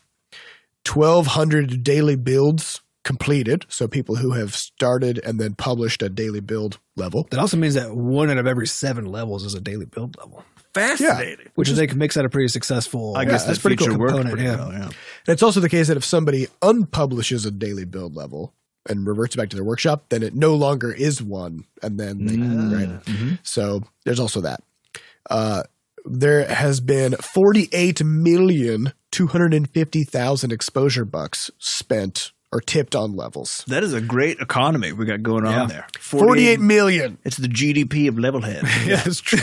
1,200 daily builds completed. So people who have started and then published a daily build level. That also means that one out of every seven levels is a daily build level, Fascinating. which I think makes that a pretty successful. I guess Yeah, that's pretty cool worked pretty yeah. well. Yeah. And it's also the case that if somebody unpublishes a daily build level and reverts back to their workshop, then it no longer is one. And then Mm. they, right? Mm-hmm. Mhm. So there's also that. Uh, there has been 48,250,000 exposure bucks spent or tipped on levels. That is a great economy we got going Yeah. on there. 48 million. It's the GDP of Levelhead. <laughs> <laughs> Yeah, it's true.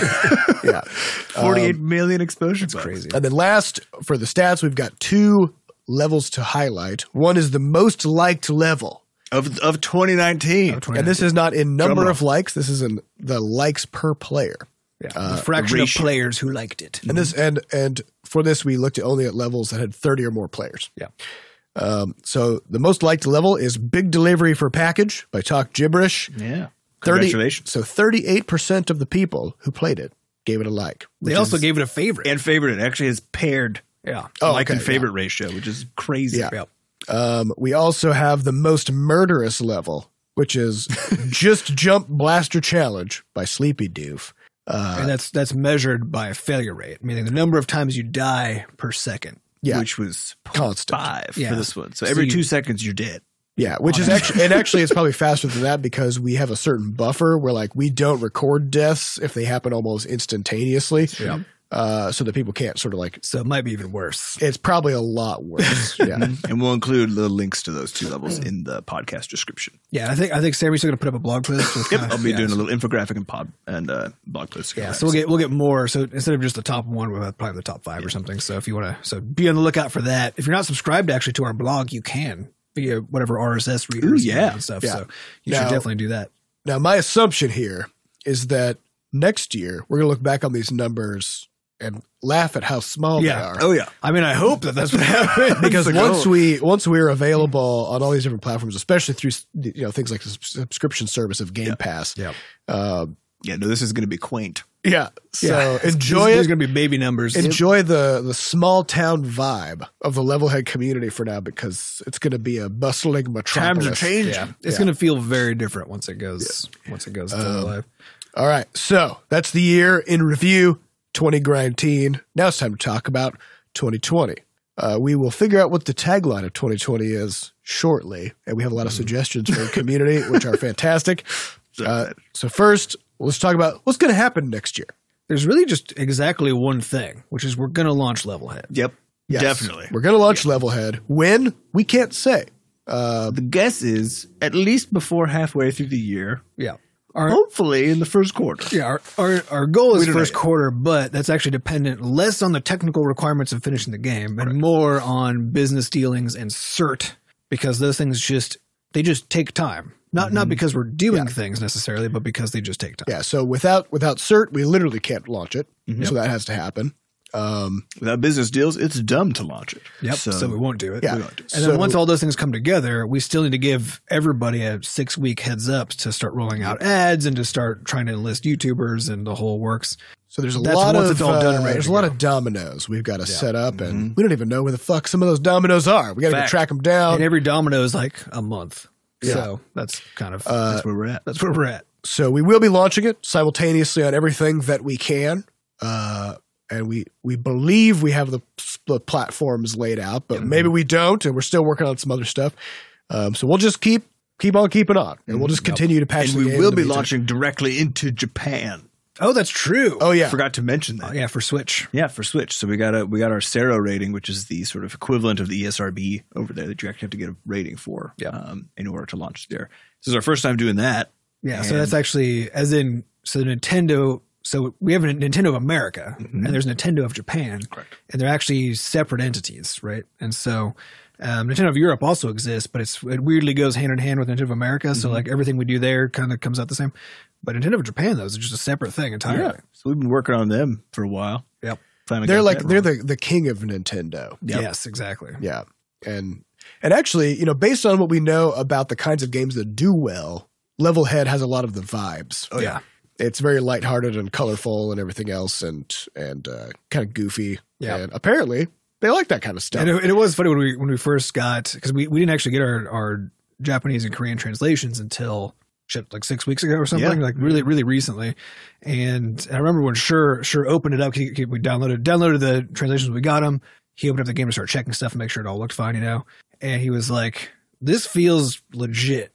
Yeah. <laughs> Forty-eight million exposure. That's crazy. And then last for the stats, we've got two levels to highlight. One is the most liked level. Of, of 2019. And this is not in number of likes, this is in the likes per player. yeah. the fraction of ratio. players who liked it. And this and and for this we looked at only at levels that had 30 or more players. Yeah. Um, so the most liked level is Big Delivery for Package by Talk Gibberish. yeah. 30 Congratulations. So 38% of the people who played it gave it a like. They also gave it a favorite. And favorite. It actually is paired yeah. Oh, like okay, and favorite ratio, which is crazy. Yeah. Yep. Um, we also have the most murderous level, <laughs> which is Just Jump Blaster Challenge by Sleepy Doof. Uh, and that's that's measured by a failure rate, meaning the number of times you die per second. yeah, Which was constant. five Yeah. for this one. So So every you- two seconds <laughs> you're dead. Yeah, which is actually and actually it's probably faster than that because we have a certain buffer where like we don't record deaths if they happen almost instantaneously. Yeah. Uh, so that people can't sort of like So it might be even worse. it's probably a lot worse. yeah. And we'll include the links to those two levels Mm. in the podcast description. Yeah, I think I think Sammy's still gonna put up a blog post. With Yep. kinda- I'll be yeah, doing a so- little infographic and pod and uh, blog post. Yeah, so we'll get we'll get more. So instead of just the top one, we'll have probably the top five or something. So if you want to, so be on the lookout for that. If you're not subscribed actually to our blog, you can via whatever RSS readers Ooh, yeah. and stuff. Yeah. So you Now- should definitely do that. Now, my assumption here is that next year we're going to look back on these numbers and laugh at how small Yeah. they are. Oh yeah. I mean, I hope that that's what <laughs> <laughs> happened because Like, once oh. we once we're available on all these different platforms, especially through you know things like the subs- subscription service of Game Pass, Yep. um, Yeah, no, this is going to be quaint. yeah. So Yeah. enjoy there's, it. There's gonna be baby numbers. enjoy the the small town vibe of the Levelhead community for now because it's going to be a bustling metropolis. Times are changing. yeah, it's Yeah. gonna feel very different once it goes once it goes Um, to live. All right, so that's the year in review, 2019. Now it's time to talk about 2020. Uh, we will figure out what the tagline of 2020 is shortly, and we have a Hmm. lot of suggestions from the community, which <laughs> are fantastic. Uh, so first, let's talk about what's going to happen next year. There's really just exactly one thing, which is we're gonna launch Levelhead. Yep. Yes, Definitely. we're going to launch Levelhead. When we can't say. Uh, The guess is at least before halfway through the year, Yeah. Our Oh. hopefully in the first quarter. yeah, our, our, our goal is don't know first yet. quarter, but that's actually dependent less on the technical requirements of finishing the game and more on business dealings and cert because those things just they just take time. Not Mm-hmm. not because we're doing things necessarily, but because they just take time. yeah, so without without cert, we literally can't launch it. Mm-hmm. Mhm. So that has to happen. Um, Without business deals, it's dumb to launch it. Yep. So, So, we won't do it. yeah. And then So- once all those things come together, we still need to give everybody a six week heads up to start rolling out ads and to start trying to enlist YouTubers and the whole works. So there's a That's lot once of uh, it's all done and ready there's to a lot go. Mm-hmm. of dominoes we've got to set up, and we don't even know where the fuck some of those dominoes are. We got to go Fact. track them down. and every domino is like a month. So that's kind Uh, of that's where we're at. uh, that's where we're at. so we will be launching it simultaneously on everything that we can, uh, and we we believe we have the, the platforms laid out, but maybe we don't, and we're still working on some other stuff. Um, so we'll just keep keep on keeping on, and Mm-hmm. we'll just continue to patch. And the game we in will the be meantime. launching directly into Japan. Oh, that's true. Uh, Oh yeah, Forgot to mention that. yeah, for Switch. Yeah, for Switch. So we got a we got our Sero rating, which is the sort of equivalent of the E ESRB over there that you actually have to get a rating for Yeah. um, in order to launch there. This is our first time doing that. Yeah, so And- that's actually as in so Nintendo. So we have a Nintendo of America, and there's Nintendo of Japan, Correct. and they're actually separate entities, right? And so um, Nintendo of Europe also exists, but it's it weirdly goes hand in hand with Nintendo of America. So like everything we do there kind of comes out the same. But Nintendo of Japan though is just a separate thing entirely. So we've been working on them for a while. Yep. Finally they're got like that they're rolling. the the king of Nintendo. Yep. Yes, exactly. Yeah. And and actually, you know, based on what we know about the kinds of games that do well, Level Head has a lot of the vibes. Oh yeah, It's very lighthearted and colorful and everything else and and uh, kind of goofy. Yeah. And apparently they like that kind of stuff. And it, and it was funny when we when we first got because we, we didn't actually get our, our Japanese and Korean translations until shit like six weeks ago or something Yeah. like really really recently. And I remember when Sure Sure opened it up. He, he- we downloaded downloaded the translations. We got them. He opened up the game to start checking stuff and make sure it all looked fine, you know. And he was like, "This feels <laughs> legit."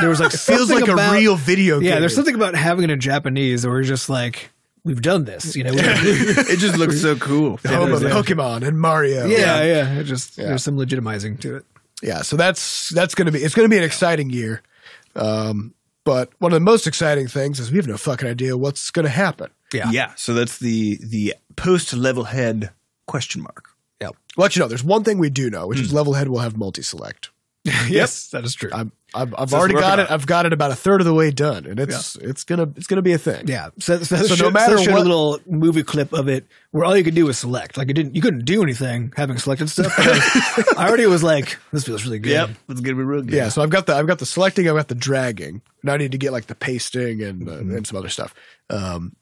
There was like It feels something like about- <laughs> a real video game. yeah. There's <laughs> something about having it in Japanese or just like we've done this, <laughs> you know. We- it just looks so <laughs> cool. Oh, home of Yeah. Pokemon and Mario. yeah, yeah. It just Yeah. there's some legitimizing to it. yeah so that's that's gonna be it's gonna be an exciting year um but one of the most exciting things is we have no fucking idea what's gonna happen Yeah. Yeah. So that's the the post level head question mark. I'll let you know there's one thing we do know which is level head will have multi-select yes, that is true. i'm i've, I've So it's already got it working i've got it about a third of the way done and it's it's gonna it's gonna be a thing Yeah. So, so, so So no no matter matter showed what- a little movie clip of it where all you could do was select. Like it didn't, you couldn't do anything having selected stuff. But I, was- I already was like, this feels really good. It's gonna be real good. yeah so i've got the i've got the selecting i've got the dragging now i need to get like the pasting and uh, and some other stuff um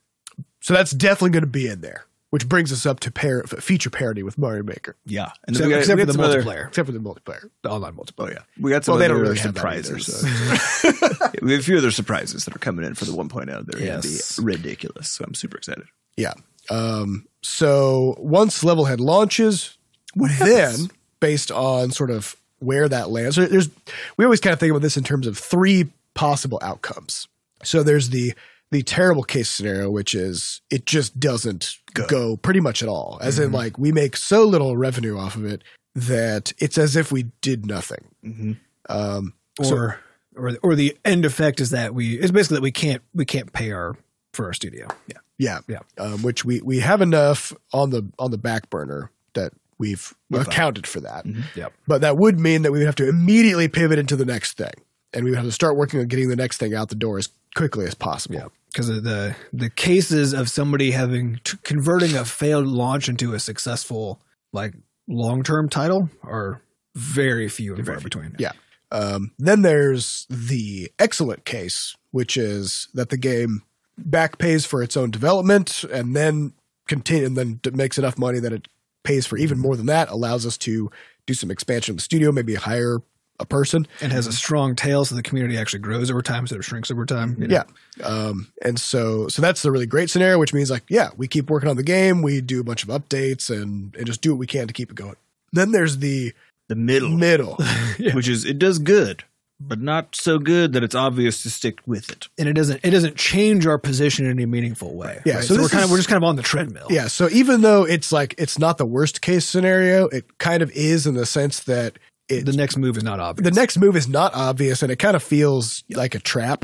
so that's definitely gonna be in there which brings us up to par- feature parody with mario maker Yeah. And Except, we got- except we for got the some other- multiplayer, except for the multiplayer the online multiplayer. Oh yeah, we got some. Well, they other don't really have that either, surprises. <laughs> we have a few other surprises that are coming in for the 1.0 that are Yes. going to be ridiculous. So I'm super excited. Yeah. Um, so once Levelhead launches, then based on sort of where that lands, there- there's we always kind of think about this in terms of three possible outcomes. So there's the the terrible case scenario, which is it just doesn't go, pretty much at all. As in, like we make so little revenue off of it that it's as if we did nothing. Mm-hmm. Um, Or, or, or the end effect is that we, it's basically that we can't, we can't pay our, for our studio. Yeah. Yeah, Yeah. Um, which we we have enough on the on the back burner that we've accounted for that. Mm-hmm. Yep. But that would mean that we would have to immediately pivot into the next thing, and we would have to start working on getting the next thing out the door as quickly as possible. because of the the cases of somebody having t- converting a failed launch into a successful like long term title are very few and Very far few. between. Yeah. Um, then there's the excellent case, which is that the game back pays for its own development and then continue and then d- makes enough money that it pays for even more than that, allows us to do some expansion of the studio, maybe hire a person. and has a strong tail, so the community actually grows over time instead of shrinks over time. you know? Yeah. Um, and so so that's the really great scenario, which means like, yeah, we keep working on the game, we do a bunch of updates and, and just do what we can to keep it going. Then there's the The middle, middle. Yeah. which is it does good, but not so good that it's obvious to stick with it. and it doesn't it doesn't change our position in any meaningful way. Yeah, right? so so, this we're kind is- of we're just kind of on the treadmill. Yeah. So even though it's like it's not the worst case scenario, it kind of is in the sense that it the the, next move is not obvious. next move is not obvious and it kind of feels like a trap.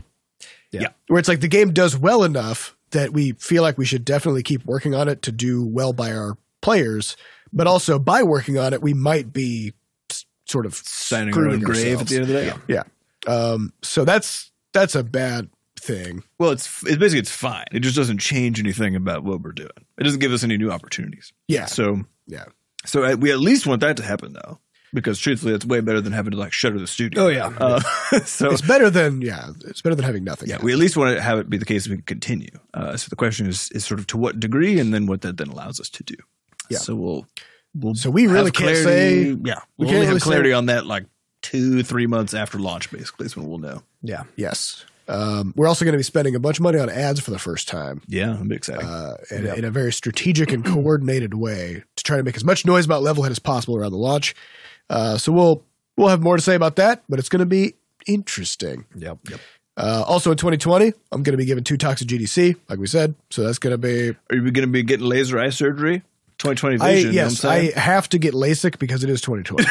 Yeah. Yeah. Where it's like the game does well enough that we feel like we should definitely keep working on it to do well by our players, but also by working on it, we might be s- sort of Signing our screwing own grave at ourselves. the end of the day. Um, so that's that's a bad thing. Well, it's it's basically it's fine. It just doesn't change anything about what we're doing. It doesn't give us any new opportunities. Yeah. So Yeah. So uh, we at least want that to happen though, because truthfully, it's way better than having to like shutter the studio. Oh, yeah. Uh, <laughs> so It's better than yeah, it's better than having nothing. yeah, we at least want to have it be the case that we can continue. Uh, so the question is is sort of to what degree, and then what that then allows us to do. Yeah. So we'll we'll So we really have can't clarity- say yeah we we'll can't only really have say- clarity on that like two three months after launch basically is when we'll know. yeah. Yes. Um, we're also going to be spending a bunch of money on ads for the first time Yeah, that'd be exciting. uh, in, Yeah. in a very strategic and coordinated way to try to make as much noise about Levelhead as possible around the launch. Uh, so we'll we'll have more to say about that, but it's going to be interesting. Yep. Yep. Uh, also in 2020, I'm going to be giving two talks at GDC, like we said. So that's going to be Are you going to be getting laser eye surgery? 2020 I, vision. you know yes, what I'm saying? I have to get LASIK because it is <laughs> 2020.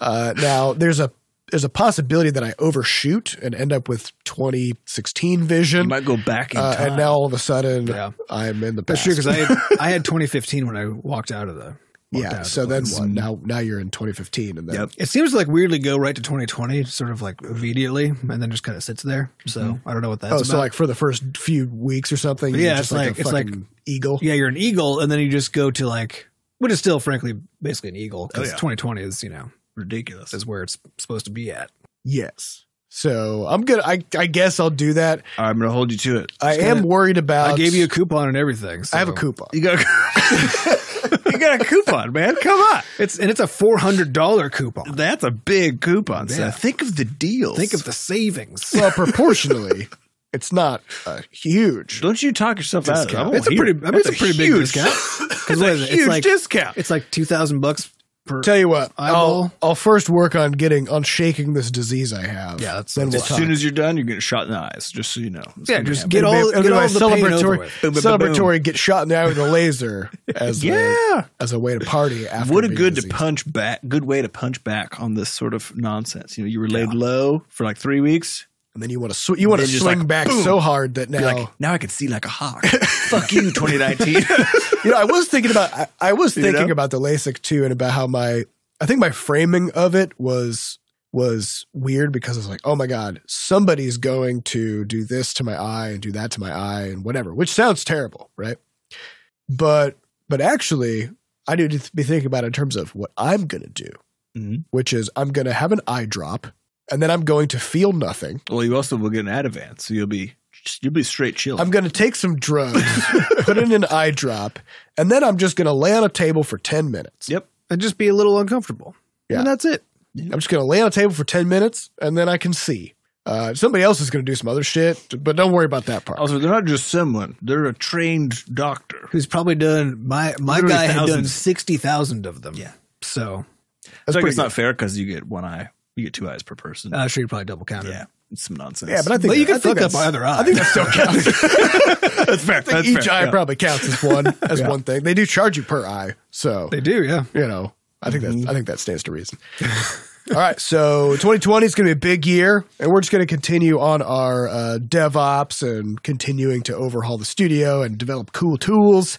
uh, now there's a there's a possibility that I overshoot and end up with 2016 vision. you might go back in Uh, time. and now all of a sudden, Yeah. I'm in the That's past. true because I <laughs> had, I had 2015 when I walked out of the. walked out yeah. of So the then place. what? Now, now you're in 2015, and then Yep. It seems to like weirdly go right to 2020, sort of like immediately, and then just kind of sits there. So I don't know what that's oh, about. so like for the first few weeks or something, But you're yeah, just it's like, like- a it's like- fucking eagle. yeah, you're an eagle, and then you just go to like, which is still frankly basically an eagle Oh, because yeah. 2020 is you know Ridiculous. is where it's supposed to be at. Yes. So I'm gonna. I, I guess I'll do that. I'm going to hold you to it. I am worried about. I gave you a coupon and everything. So. Uh, I have a coupon. You got a, you got a coupon, man. Come on. It's and it's a four hundred dollar coupon. <laughs> That's a big coupon. Yeah. Seth. think of the deals. Think of the savings. <laughs> Well, proportionally, it's not uh, huge. Don't you talk yourself out of it. I Discount. won't It's a hear pretty. it. I mean, it's a That's pretty big huge- <laughs> discount. 'Cause what is It's it? a huge It's like discount. it's like two thousand bucks per. Tell you what, I'll, Eyeball. I'll first work on getting on shaking this disease I have. Yeah, that's- then we'll that's- as talk. soon as you're done, you're getting shot in the eyes. Just so you know. It's yeah, gonna just happen. get It'll be- all it'll get be all my the pain over celebratory- with. Boom, boom, boom, boom. celebratory get shot in the eye with a <laughs> laser as Yeah. a, as a way to party after What a being good to diseased. punch back. Good way to punch back on this sort of nonsense. You know, you were laid low for like three weeks. and then you want to sw- you want to Then just swing like, back boom. so hard that now Be like, now I can see like a hawk. Fuck you, 2019. <laughs> you know I was thinking about I, I was You thinking know? about the LASIK too and about how my I think my framing of it was was weird because it's like oh my god somebody's going to do this to my eye and do that to my eye and whatever which sounds terrible right but but actually I need to be thinking about it in terms of what I'm gonna do Mhm. which is I'm gonna have an eye drop and then I'm going to feel nothing <laughs> well, you also will get an Ativan, so you'll be you'll be straight chilling. I'm going to take some drugs, put in an eye drop, and then I'm just going to lay on a table for 10 minutes. Yep. and just be a little uncomfortable. Yeah. And that's it. I'm just going to lay on a table for 10 minutes, and then I can see. Uh, somebody else is going to do some other shit, but don't worry about that part. Also, they're not just someone; they're a trained doctor. Who's probably done my my Literally guy had done thousands. sixty thoand of them. Yeah. So That's So I guess pretty it's not fair because you get one eye, you get two eyes per person. uh, sure you probably double counted. yeah, it's some nonsense. good. yeah, but I think But you I can think fuck up that's- either eye. I think that still counts. <laughs> that's fair. I think each eye probably counts as one <laughs> as one thing. They do charge you per eye, so They do, yeah. you know, I think Mm-hmm. that I think that stands to <laughs> reason. All right, so 2020 is going to be a big year, and we're just going to continue on our uh, DevOps and continuing to overhaul the studio and develop cool tools.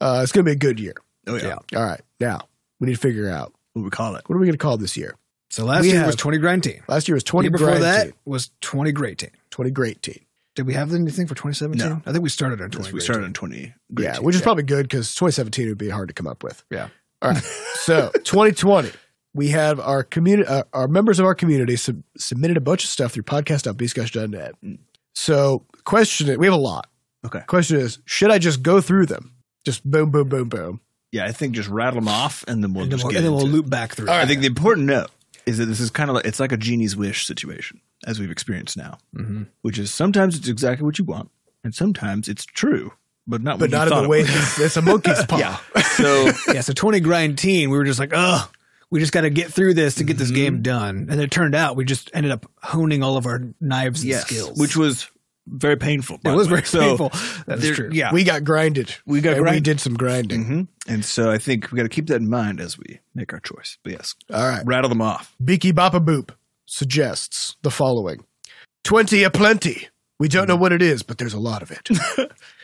Uh, it's going to be a good year. Oh yeah. Yeah. All right, now we need to figure out What do we call it? what are we going to call this year. So last We year have- was twenty grind team. Last year was The 20 year before grind that team, was twenty great team. 20 great team. Did we have anything for 2017? No. I think we started on Because 20. we started in 20. Yeah, which is probably good because 2017 would be hard to come up with. Yeah. All <laughs> right. So 2020, we have our community, uh, our members of our community sub- submitted a bunch of stuff through podcast.bscosh.net. Mm. So question it. We have a lot. Okay. Question is, should I just go through them? Just boom, boom, boom, boom. Yeah, I think just rattle them off and then we'll and then just we'll, get and then we'll into it. loop back through. I think the important note is that this is kind of like it's like a genie's wish situation as we've experienced now, hmm which is sometimes it's exactly what you want, and sometimes it's true, but not But what not you in thought the it way was. it's, it's a <laughs> monkey's paw. Yeah. <laughs> So yeah, so 20 grindteen, we were just like, oh, we just got to get through this to get this Mm-hmm. game done. And it turned out we just ended up honing all of our knives and yes, skills. which was very painful. by it the was way. very So, painful. That's there- true. Yeah. We got grinded. We got And We grinded. did some grinding. hmm And so I think we got to keep that in mind as we make our choice. But yes, All right. rattle them off. Beaky Boppa Boop suggests the following 20 a plenty. We don't know what it is, but there's a lot of it.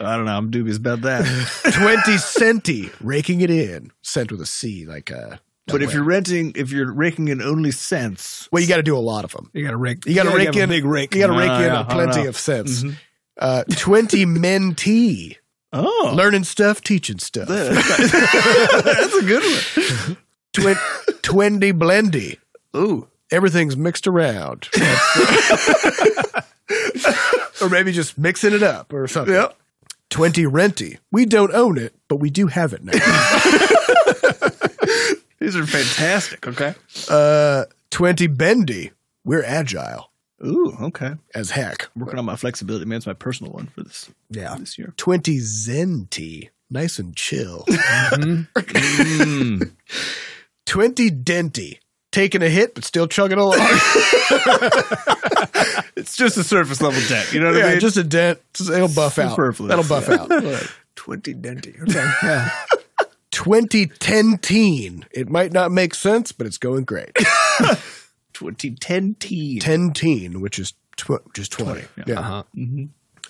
I don't know. I'm dubious about that. <laughs> <laughs> 20 centi, raking it in. Cent with a C, like uh but if way. you're renting, if you're raking in only cents, Well, you got to do a lot of them. You got to rake. You got to yeah, rake have a in big rake. You got to No, rake in yeah, a I plenty know. of cents. Mhm. Uh, 20 mentee, oh, learning stuff, teaching stuff. <laughs> that's a good one. <laughs> Twen- 20 blendy, Ooh, everything's mixed around. <laughs> or maybe just mixing it up or something. 20 renty, we don't own it, but we do have it <laughs> now. these are fantastic. Okay. uh, 20 bendy, we're agile Ooh, okay. as heck. Working on my flexibility, man. It's my personal one for this Yeah. this year. 20 Zenti. Nice and chill. Mhm. Mm-hmm. <laughs> 20 Denty. Taking a hit, but still chugging <laughs> along. yeah, It's just a surface level debt. You know what just a dent. Just- It'll buff out. Superfluous, That'll buff yeah. out. twenty denty. Okay. Yeah. 20 Tenteen. It might not make sense, but it's going <laughs> great. Twenty ten T. Tenteen, which is tw- just 20. Yeah. Uh-huh.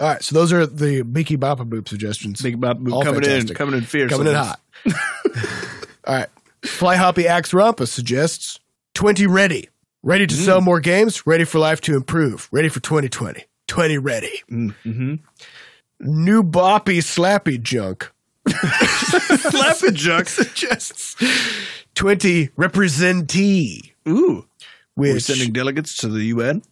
All right. So those are the Beaky Boppa Boop suggestions. Big Bob All coming fantastic. in, coming in fierce, Coming in on this. hot. <laughs> All right. Fly Hoppy Axe Rompa suggests 20 ready. Ready Mm. to sell more games, ready for life to improve, ready for 2020. 20 ready. Mhm. <laughs> New boppy slappy junk Slap it, Jux. suggests 20 representee. <laughs> Ooh, we're Which sending delegates to the UN.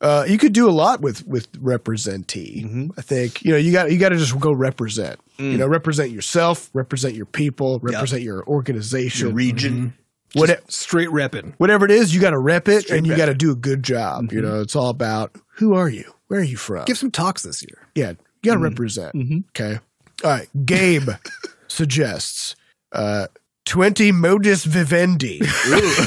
uh, you could do a lot with with representee. I think you know you got you got to just go represent. You know, represent yourself, represent your people, represent your organization, region. what, e-, Straight repping. whatever it is, you got to rep it and you rep got to do a good job. You know, it's all about who are you? Where are you from? Give some talks this year. yeah, you got to represent. Okay. All right. Gabe suggests uh, 20 modus vivendi, <laughs>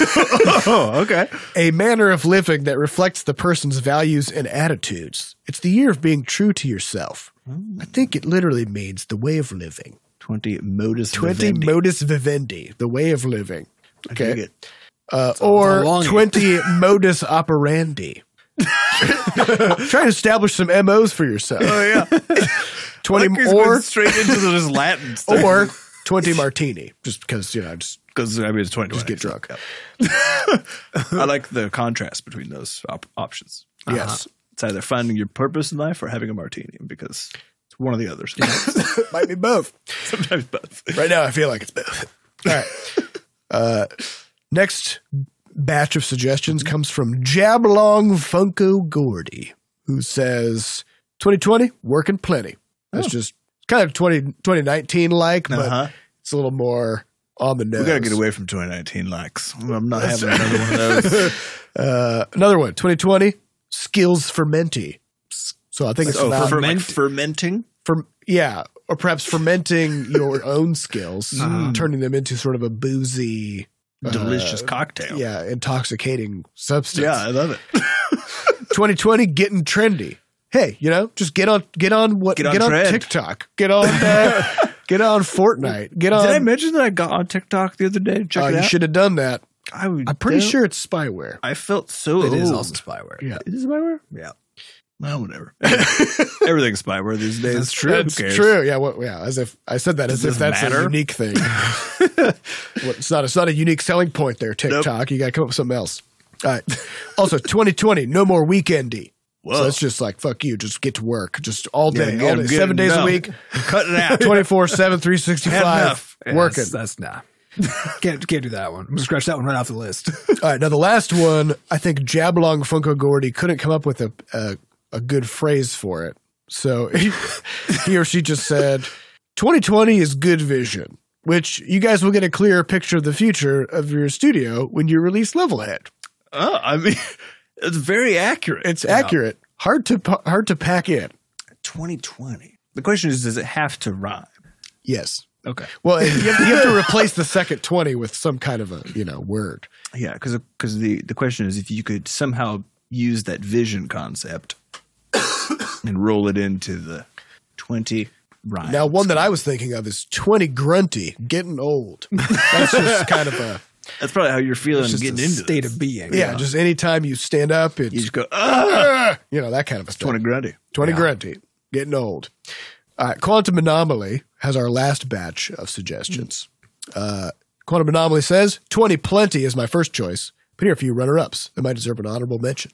oh, okay. a manner of living that reflects the person's values and attitudes. It's the year of being true to yourself. I think it literally means the way of living. Twenty modus. 20 vivendi. modus vivendi, the way of living. Dig Okay. it. Uh, it's a or long- 20 modus operandi. Try to establish some MOs for yourself. Oh yeah. 20 <laughs> Like he's or going straight into <laughs> this Latin stuff. or 20 martini just because you know just because I mean it's twenty. just get drunk I like the contrast between those op- options. yes It's either finding your purpose in life or having a martini because it's one of the others. might be both <laughs> Sometimes both. right now i feel like it's both <laughs> all right uh next batch of suggestions comes from jablong funko gordy who says 2020 working plenty that's just kind of 20, 2019 like but Oh. Uh-huh. it's a little more on the nose We got to get away from 2019 likes. I'm not having another one <laughs> of those. uh another one 2020 skills fermenti so i think it's oh, about for, like, ferment- fermenting? for yeah, or perhaps fermenting <laughs> your own skills, Uh-huh. turning them into sort of a boozy, uh, Delicious cocktail. Uh-huh. yeah, intoxicating substance. Yeah, I love it. 2020 getting trendy. Hey, you know, just get on get on what Get on trend. TikTok. Get on <laughs> uh, get on Fortnite. Get on Did I mention that I got on TikTok the other day? Check Oh, it um, you out. should have done that. I would, I'm pretty don't- sure it's spyware. I felt so It old. is also spyware. Yeah. Is it spyware? Yeah. No, <laughs> whatever. Everything's spyware these days. That's true. Who That's cares? true. Yeah, well, yeah. As if I said that, Does as if this that's a matter? unique <laughs> thing. Well, it's not. It's not a unique selling point there. TikTok. You got to come up with something else. All right. Also, 2020. No more weekendy. Whoa. So it's just like, fuck you, just get to work. Just all Yeah, day, yeah, all day good seven days a enough. <laughs> week, Cut <laughs> it out. 24 7, 365, enough. <laughs> Yeah, working. That's, that's nah. can't can't do that one. I'm gonna scratch that one right off the list. All right, now the last one, I think Jablong Funko Gordy couldn't come up with a, a, a good phrase for it. So <laughs> he, he or she just said, 2020 is good vision, which you guys will get a clearer picture of the future of your studio when you release Levelhead. Oh, I mean, it's very accurate. It's accurate, hard to pa- hard to pack in. 2020. The question is, does it have to rhyme? Yes. Okay. Well, you have, you have to replace the second 20 with some kind of a, you know, word. Yeah, because the the question is if you could somehow use that vision concept <coughs> and roll it into the 20 rhyme. Now, one that I was thinking of is 20 grunty, getting old. That's just kind of a that's probably how you're feeling Just getting a into state this. of being. <laughs> Yeah, just anytime you stand up, You it's uh, just go, ah, you know that kind of a stuff. 20 Twenty, grunty. 20 grunty, getting old. All right, Quantum Anomaly has our last batch of suggestions. Uh, Quantum Anomaly says twenty plenty is my first choice, but here are a few runner ups that might deserve an honorable mention.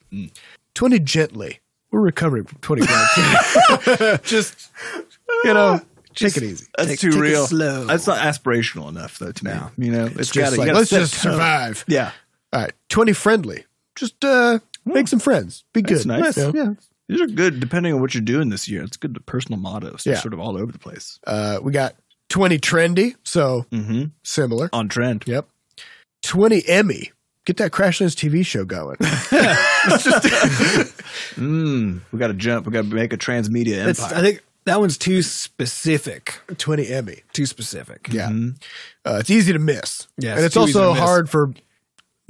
Twenty gently. We're recovering from twenty <laughs> grunty. <laughs> just uh, you know, take it easy. That's Take- too take it real. slow. That's not aspirational enough, though, to me. You know, it's Just got to like, let's just survive. Yeah. All right, twenty friendly. Just uh, make some friends. Be good. That's nice. You know? yeah. These are good depending on what you're doing this year. It's good to personal mottos. They're Yeah. sort of all over the place. Uh, we got 20 trendy, so Mm-hmm. similar. On trend. Yep. 20 Emmy. Get that Crashlands TV show going. Mm, we got to jump. We got to make a transmedia That's, empire. I think that one's too specific. 20 Emmy. Too specific. Yeah. Mhm. Uh, it's easy to miss. Yeah, and it's it's too easy to also miss. hard for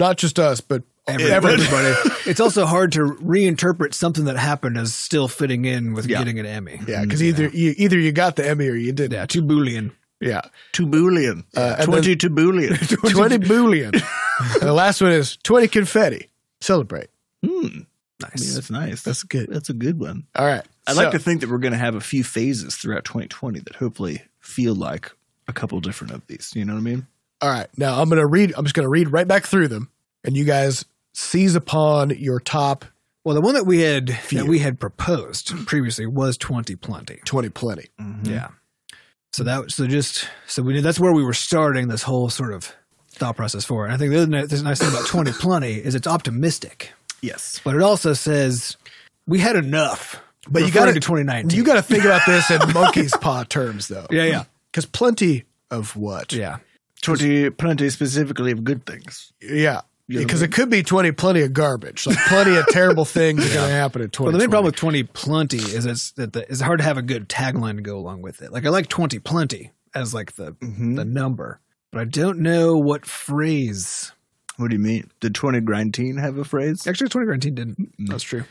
not just us, but Everybody. everybody. <laughs> <laughs> it's also hard to reinterpret something that happened as still fitting in with Yeah. getting an Emmy. Yeah, because either you either you got the Emmy or you didn't. Yeah, too <laughs> Boolean. Yeah, Two Boolean. Uh, and Twenty two <laughs> Boolean. twenty boolean. and the last one is twenty confetti. Celebrate. Hmm. I mean, Nice. that's nice. That's good. That's a good one. All right. I'd So- like to think that we're going to have a few phases throughout 2020 that hopefully feel like a couple different of these. You know what I mean? All right. Now I'm gonna read. I'm just gonna read right back through them, and you guys seize upon your top Well, the one that we had that we had proposed previously was twenty plenty. twenty plenty. Yeah. So that so just so we knew that's where we were starting this whole sort of thought process for. And I think the other ni- the nice thing about <laughs> twenty plenty is it's optimistic, Yes. but it also says we had enough. But you referring gotta- to twenty nineteen. You got to think about this in monkey's paw terms, though. Yeah, yeah. Because plenty of what? yeah. Twenty plenty specifically of good things. Yeah. You know Because what I it could be 20 plenty of garbage. Like, plenty of <laughs> terrible things are going to happen in 20. Well, the main problem with twenty plenty is it's that the, it's hard to have a good tagline to go along with it. Like I like twenty plenty as like the Mm-hmm. the number, but I don't know what phrase. What do you mean? Did twenty nineteen have a phrase? Actually, twenty nineteen didn't. That's true.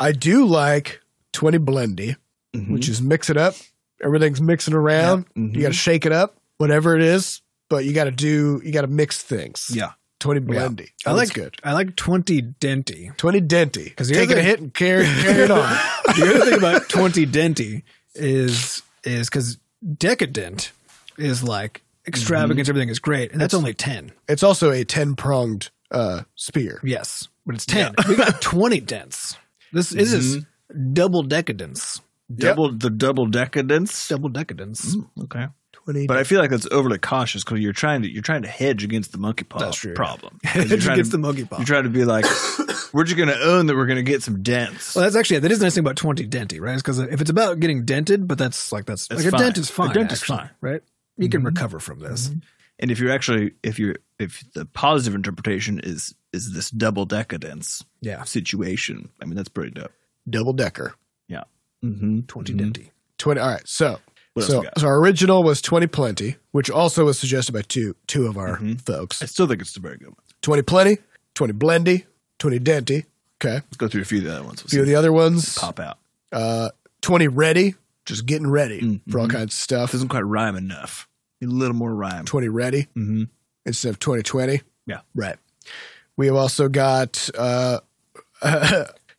I do like 20 blendy, Mm-hmm. Mm-hmm. which is mix it up. Everything's mixing around. Mhm. You Mm-hmm. got to shake it up, whatever it is. But you got to do, you got to mix things. Yeah. 20 blendy. I That's like good. I like twenty denty. 20 denty. 'Cause Because the you're taking other- a hit <laughs> and carry, carry it on. the other thing about 20 denty is is because decadent is like extravagance everything is great and that's only 10 It's also a 10 pronged uh, spear. yes but it's 10 we got 20 dents this, this is double decadence Double the double decadence. double <laughs> decadence Okay. 20 But I feel like that's overly cautious because you're trying to you're trying to hedge against the monkey paw That's true. problem. 'Cause Hedge you're trying against to- the monkey paw. You're trying to be like, we're just going to own that we're going to get some dents. well that's actually that is the nice thing about 20 denty right because if it's about getting dented but that's like that's, That's like a dent fine. is fine A dent is actually, fine. Mm-hmm. right you can recover from this and if you're actually if you're if the positive interpretation is is this double decadence yeah situation, I mean that's pretty dope. double decker. Yeah. Mm-hmm. 20 denty 20 all right so What else so, we got? so our original was 20 plenty which also was suggested by two two of our Mm-hmm. folks I still think it's a very good one. 20 plenty 20 blendy 20 denty okay Let's go through a few of the other ones. We'll a few of see the other ones pop out. uh 20 ready just getting ready Mm-hmm. for all kinds of stuff Doesn't quite rhyme enough. Need A little more rhyme. 20 ready Mm-hmm. instead of 2020 Yeah. right we have also got uh <laughs>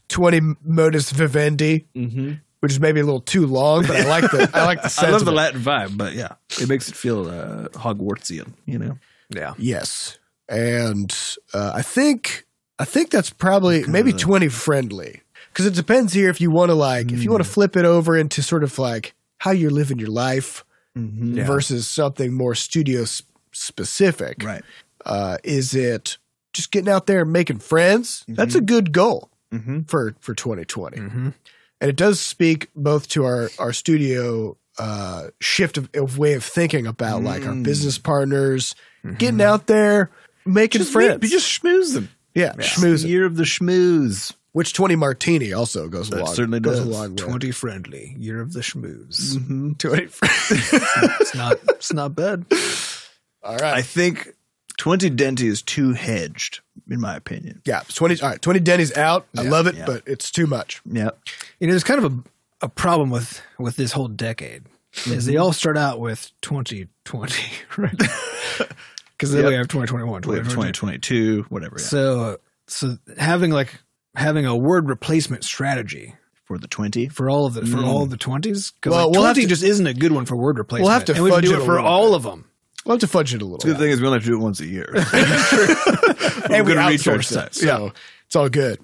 20 modus vivendi Mm-hmm. which is maybe a little too long but i like the i like the <laughs> I sentiment. love the Latin vibe, but yeah, it makes it feel uh, Hogwartsian. You know. yeah Yes, and uh, I think I think that's probably maybe twenty friendly because it depends here if you want to like if you Hmm. want to flip it over into sort of like how you're living your life Mm-hmm. Yeah. versus something more studio s- specific. Right. Uh, is it just getting out there and making friends? That's a good goal Mm-hmm. for for 2020 Mm-hmm. and it does speak both to our our studio uh, shift of, of way of thinking about like our Mm. business partners getting out there making friends You just schmooze them. yeah, schmoozing Year of the schmooze. which 20 martini also goes That along certainly goes does. along with. 20 friendly, year of the schmooze. Mm-hmm. 20 It's not it's not bad. all I right think 20 Denty is too hedged, in my opinion. yeah 20 all right 20 denny's out i Yeah, love it yeah. but it's too much Yeah. You know, there's kind of a, a problem with with this whole decade is Mm-hmm. they all start out with 2020, <laughs> <laughs> right? Because then we Yep. have 2021, We have 2022. 2022, whatever. Yeah. So so having like having a word replacement strategy For the 20. for all of the for Mm. all of the 20s because Well, like we'll have 20 to- just isn't a good one for word replacement. have to and we have fudge to do it it, a for little all bit. of them. we'll have to fudge it a little Good bit. thing is we only have to do it once a <laughs> year. and we good outsourced research it that. so it's all good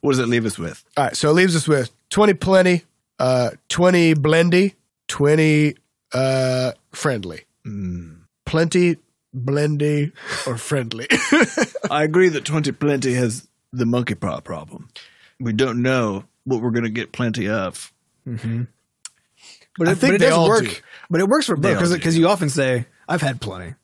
what does it leave us with? All right, so it leaves us with 20 plenty, uh, 20 blendy, 20 uh, friendly. Mm. Plenty, blendy, or friendly. <laughs> I agree that 20 plenty has the monkey paw problem. We don't know what we're going to get plenty of. But Mm-hmm. I it, think but it they all does work. do. But it works for both all because do. because you often say I've had plenty.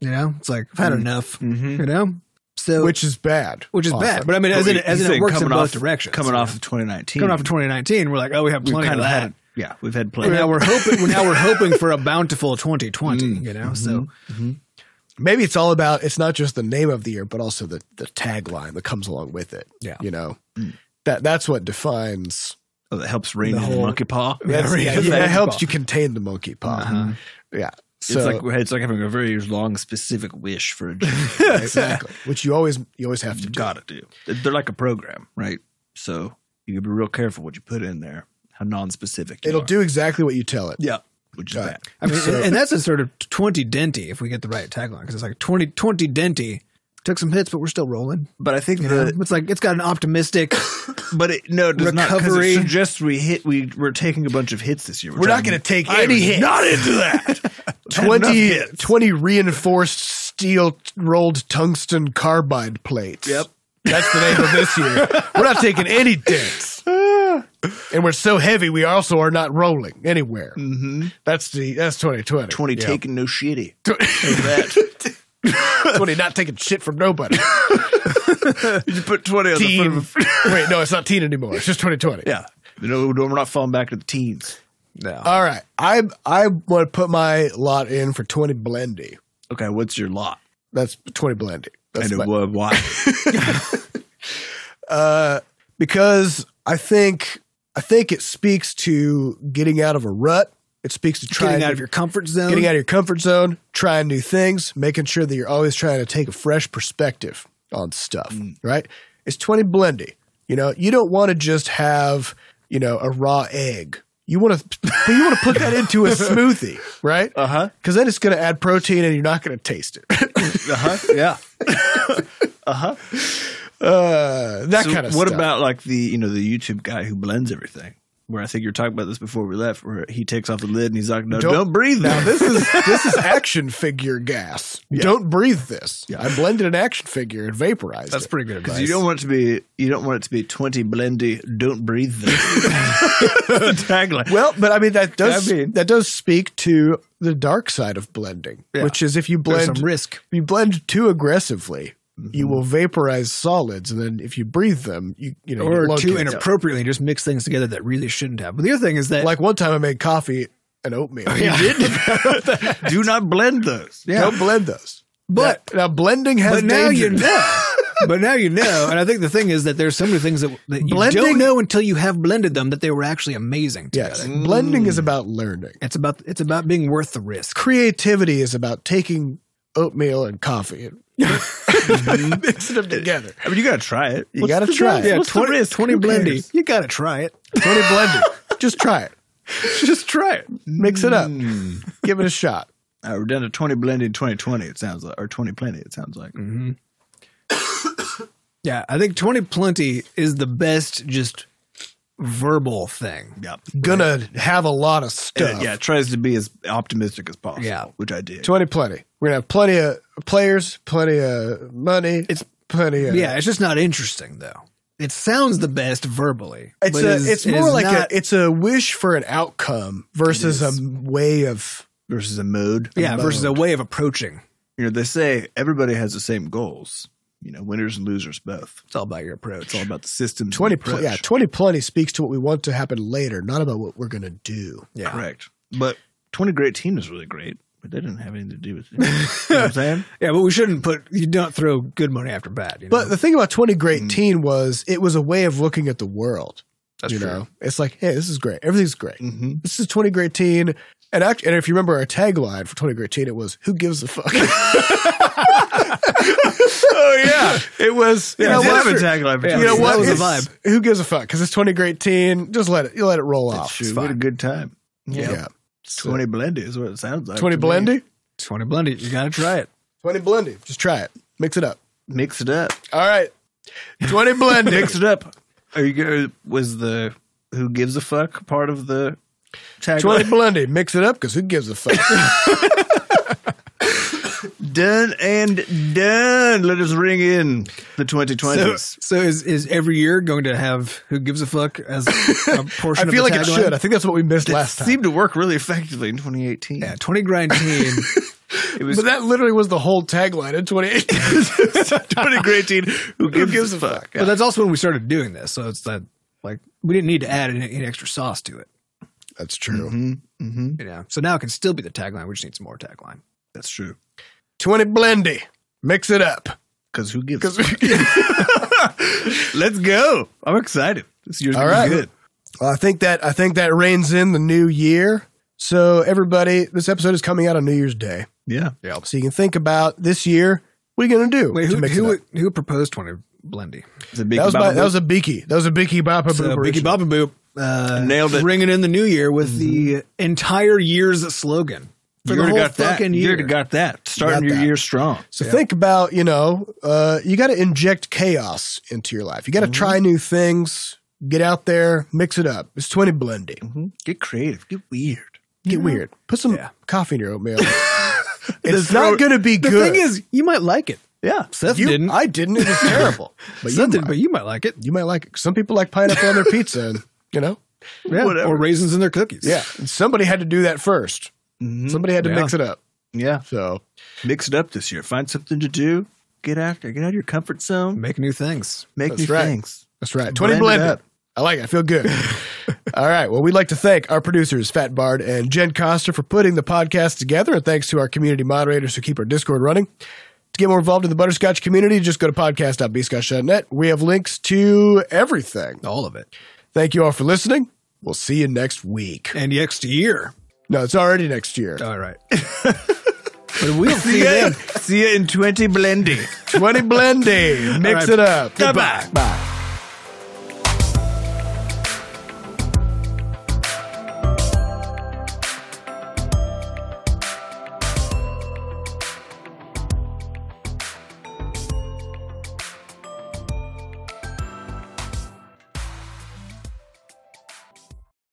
You know, it's like I've had enough. Mm-hmm. You know, so Mm. Mm-hmm. which is bad. which is bad. Often. But I mean, as But in, we- as he's in it saying works in coming both off, directions. Coming off of 2019. coming off of 2019, we're like, oh, we have we've plenty of kind of that. had, yeah, we've had And plenty. now we're hoping. now we're hoping for a bountiful 2020. <laughs> Mm. You know, Mm-hmm. so Maybe it's all about, it's not just the name of the year, but also the, the tagline that comes along with it. Yeah. You know, Mm. that that's what defines. Oh, that helps rein The in the whole- monkey paw. <laughs> That's, yeah, the that monkey helps paw. you contain the monkey paw. Uh-huh. Yeah. So, <laughs> it's like it's like having a very long specific wish for a <laughs> exactly. Which you always, you always have to you do. got to do. They're like a program, right? So you got to be real careful what you put in there, how non-specific you It'll are. do exactly what you tell it. Yeah, which is Got bad. it. I mean, So- and that's a sort of 20 denty if we get the right tagline because it's like 20 20 denty took some hits, but we're still rolling. But I think You know, the it's like it's got an optimistic. but it, no, it does not 'cause Recovery. it suggests we hit we we're taking a bunch of hits this year. We're not going to take any hits. Not into that. 20, 20 reinforced steel rolled tungsten carbide plates. Yep. That's the name of this year. We're not taking any <sighs> dents. and we're so heavy we also are not rolling anywhere. Mm-hmm. hmm That's the that's 2020. <laughs> Twenty Yeah. taking no shitty. Of that. 20 not taking shit from <laughs> nobody. you put twenty on the Teen. front of Wait, no, it's not teen anymore. It's just 2020. a, yeah. You know, we're not falling back to the teens. no. All right. I I want to put my lot in for 20 blendy. Okay, what's your lot? That's 20 blendy. That's my- and uh, <laughs> why? because I think I think it speaks to getting out of a rut. It speaks to trying Getting out of your comfort zone. Um, getting out of your comfort zone, trying new things, making sure that you're always trying to take a fresh perspective on stuff. Mm. Right? It's twenty blendy. You know, you don't want to just have you know a raw egg. You want to, but you want to put <laughs> that into a smoothie, right? Uh Uh-huh. Because then it's going to add protein, and you're not going to taste it. <laughs> Uh-huh. <laughs> Yeah. Uh, that So kind of what stuff. about like the you know the YouTube guy who blends everything? Where I think you're talking about this before we left, where he takes off the lid and he's like, "No, Don't- don't, breathe Now <laughs> now." this is <laughs> this is action figure gas. Don't breathe this. I blended an action figure and vaporized That's it. pretty good advice. you don't want it to be you don't want it to be twenty blendy. Don't breathe. <laughs> This. the tagline. well, but I mean that does I mean- that does speak to the dark side of blending, which is if you There's blend some Mm-hmm. risk. if you blend too aggressively, you will vaporize solids, and then if you breathe them, you you know Or you too locate them. inappropriately just mix things together that really shouldn't have. But the other thing is that Like one time, I made coffee and oatmeal. <laughs> <laughs> Do not blend those. Yeah. Don't blend those. But- now, now blending has but now danger. you know. <laughs> but now you know. And I think the thing is that there's so many things that, that you Blending- don't know until you have blended them that they were actually amazing. Together. <laughs> Yes, blending is about learning. It's about it's about being worth the risk. creativity is about taking oatmeal and <laughs> coffee and <laughs> mixing them together. I mean, you gotta try it. You gotta try it. Yeah, Yeah, What's 20, the risk? Twenty Who cares? blendy. You gotta try it. Tony Blender, just try it. <laughs> Just try it. Mix it up. Mm. Give it a shot. Uh, we're Mm-hmm. down to twenty blendy, twenty twenty. It sounds like, or twenty plenty. It sounds like. Yeah, I think 20 plenty is the best just verbal thing. Yeah. Gonna have a lot of stuff. And, Uh, yeah, it tries to be as optimistic as possible. Yeah. Which I did. 20 plenty. We're going to have plenty of players, plenty of money. It's plenty of. Yeah, it's just not interesting though. It sounds the best verbally. It's, but a, is- it's it more is like not- a, it's a wish for an outcome versus It a is. way of. Versus a mode. yeah, versus a way of approaching. You know, they say everybody has the same goals. You know, winners and losers both. It's all about your approach. It's all about the system. and 20, the pl- approach. yeah, 20 plenty speaks to what we want to happen later, not about what we're going to do. yeah. Correct. But 20 Great Team is really great, but they didn't have anything to do with it. you know what I'm saying? Yeah, but we shouldn't put you don't throw good money after bad. You know? But the thing about 20 Great Mm. Teen was it was a way of looking at the world. That's you true. know, it's like, hey, this is great. Everything's great. Mm-hmm. This is 20 Great Teen. And, act- and if you remember our tagline for 20 Great Teen, it was, who gives a <laughs> fuck? oh, yeah. It was, you Yeah, know, it did what? have a tagline Yeah, you know that what? was the It's- Who gives a fuck? Because it's 20 Great Teen. Just let it, you let it roll off. It's We had a fine. good time. Yeah. So- 20 Blendy is what it sounds like. 20 to me. Blendy? twenty blended, you gotta try it. 20 Blendy. Just try it. Mix it up. Mix it up. All right. 20 Mix Blendy. it up. Are you going was the who gives a fuck part of the 20 tagline? Blendy. Mix it up because who gives a <laughs> fuck? done and done. Let us ring in the 2020s. So, so is is every year going to have who gives a fuck as <laughs> a portion? I feel of the like it tagline? should. I think that's what we missed last time. Seemed to work really effectively in 2018. Yeah, twenty grind <laughs> team. It <laughs> was But that literally was the whole tagline in <laughs> <laughs> 2018. 20 great teen who gives, a fuck. But that's also when we started doing this, so it's that like we didn't need to add any, any extra sauce to it. That's true. Mm-hmm. Mm-hmm. You know, so now it can still be the tagline. We just need some more tagline. That's true. 20 Blendy. Mix it up. Because who gives? 'Cause- <laughs> <laughs> Let's go. I'm excited. This year's All gonna be right. good. Well, I think that I think that reigns in the new year. So everybody, this episode is coming out on New Year's Day. Yeah. So you can think about this year. What are you gonna do? Wait, to who mix it who, up? who proposed twenty blendy? It's a big that was by, that was a beaky. That was a beaky bop. So Biggie Baba Boop uh, Nailed it. Ringing in the new year with the entire year's slogan for you the already whole got that. fucking You year. already got that. Starting Got your that. year strong. So think about you know uh, you got to inject chaos into your life. You got to try Mm-hmm. new things. Get out there, mix it up. It's twenty blendy. Get creative. Get weird. Get weird. Put some Yeah. coffee in your oatmeal. <laughs> it's throw- not going to be the good. thing is, you might like it. Yeah. Seth you, didn't. I didn't. It was terrible. <laughs> But you Seth did, might. but you might like it. you might like it. Some people like pineapple on their pizza, and you know, Yeah. Whatever. Or raisins in their cookies. <laughs> yeah. Mm-hmm. Somebody had to do that 1st Mhm. Somebody had to Yeah. mix it up. Yeah. So Mix it up this year. Find something to do. Get out there. Get out of your comfort zone. Make new things. Make That's new right. things. that's right. Twenty Blend it blended. up. I like it. I feel <laughs> good. All right. Well, we'd like to thank our producers, Fat Bard and Jen Coster, for putting the podcast together, and thanks to our community moderators who keep our Discord running. To get more involved in the Butterscotch community, just go to podcast.bscotch.net. We have links to everything. All of it. Thank you all for listening. We'll see you next week. And next E year. No, it's already next year. All right. but we'll see you then. See you in 20 blending. 20 Blendy. Mix right. it up. Goodbye. Bye.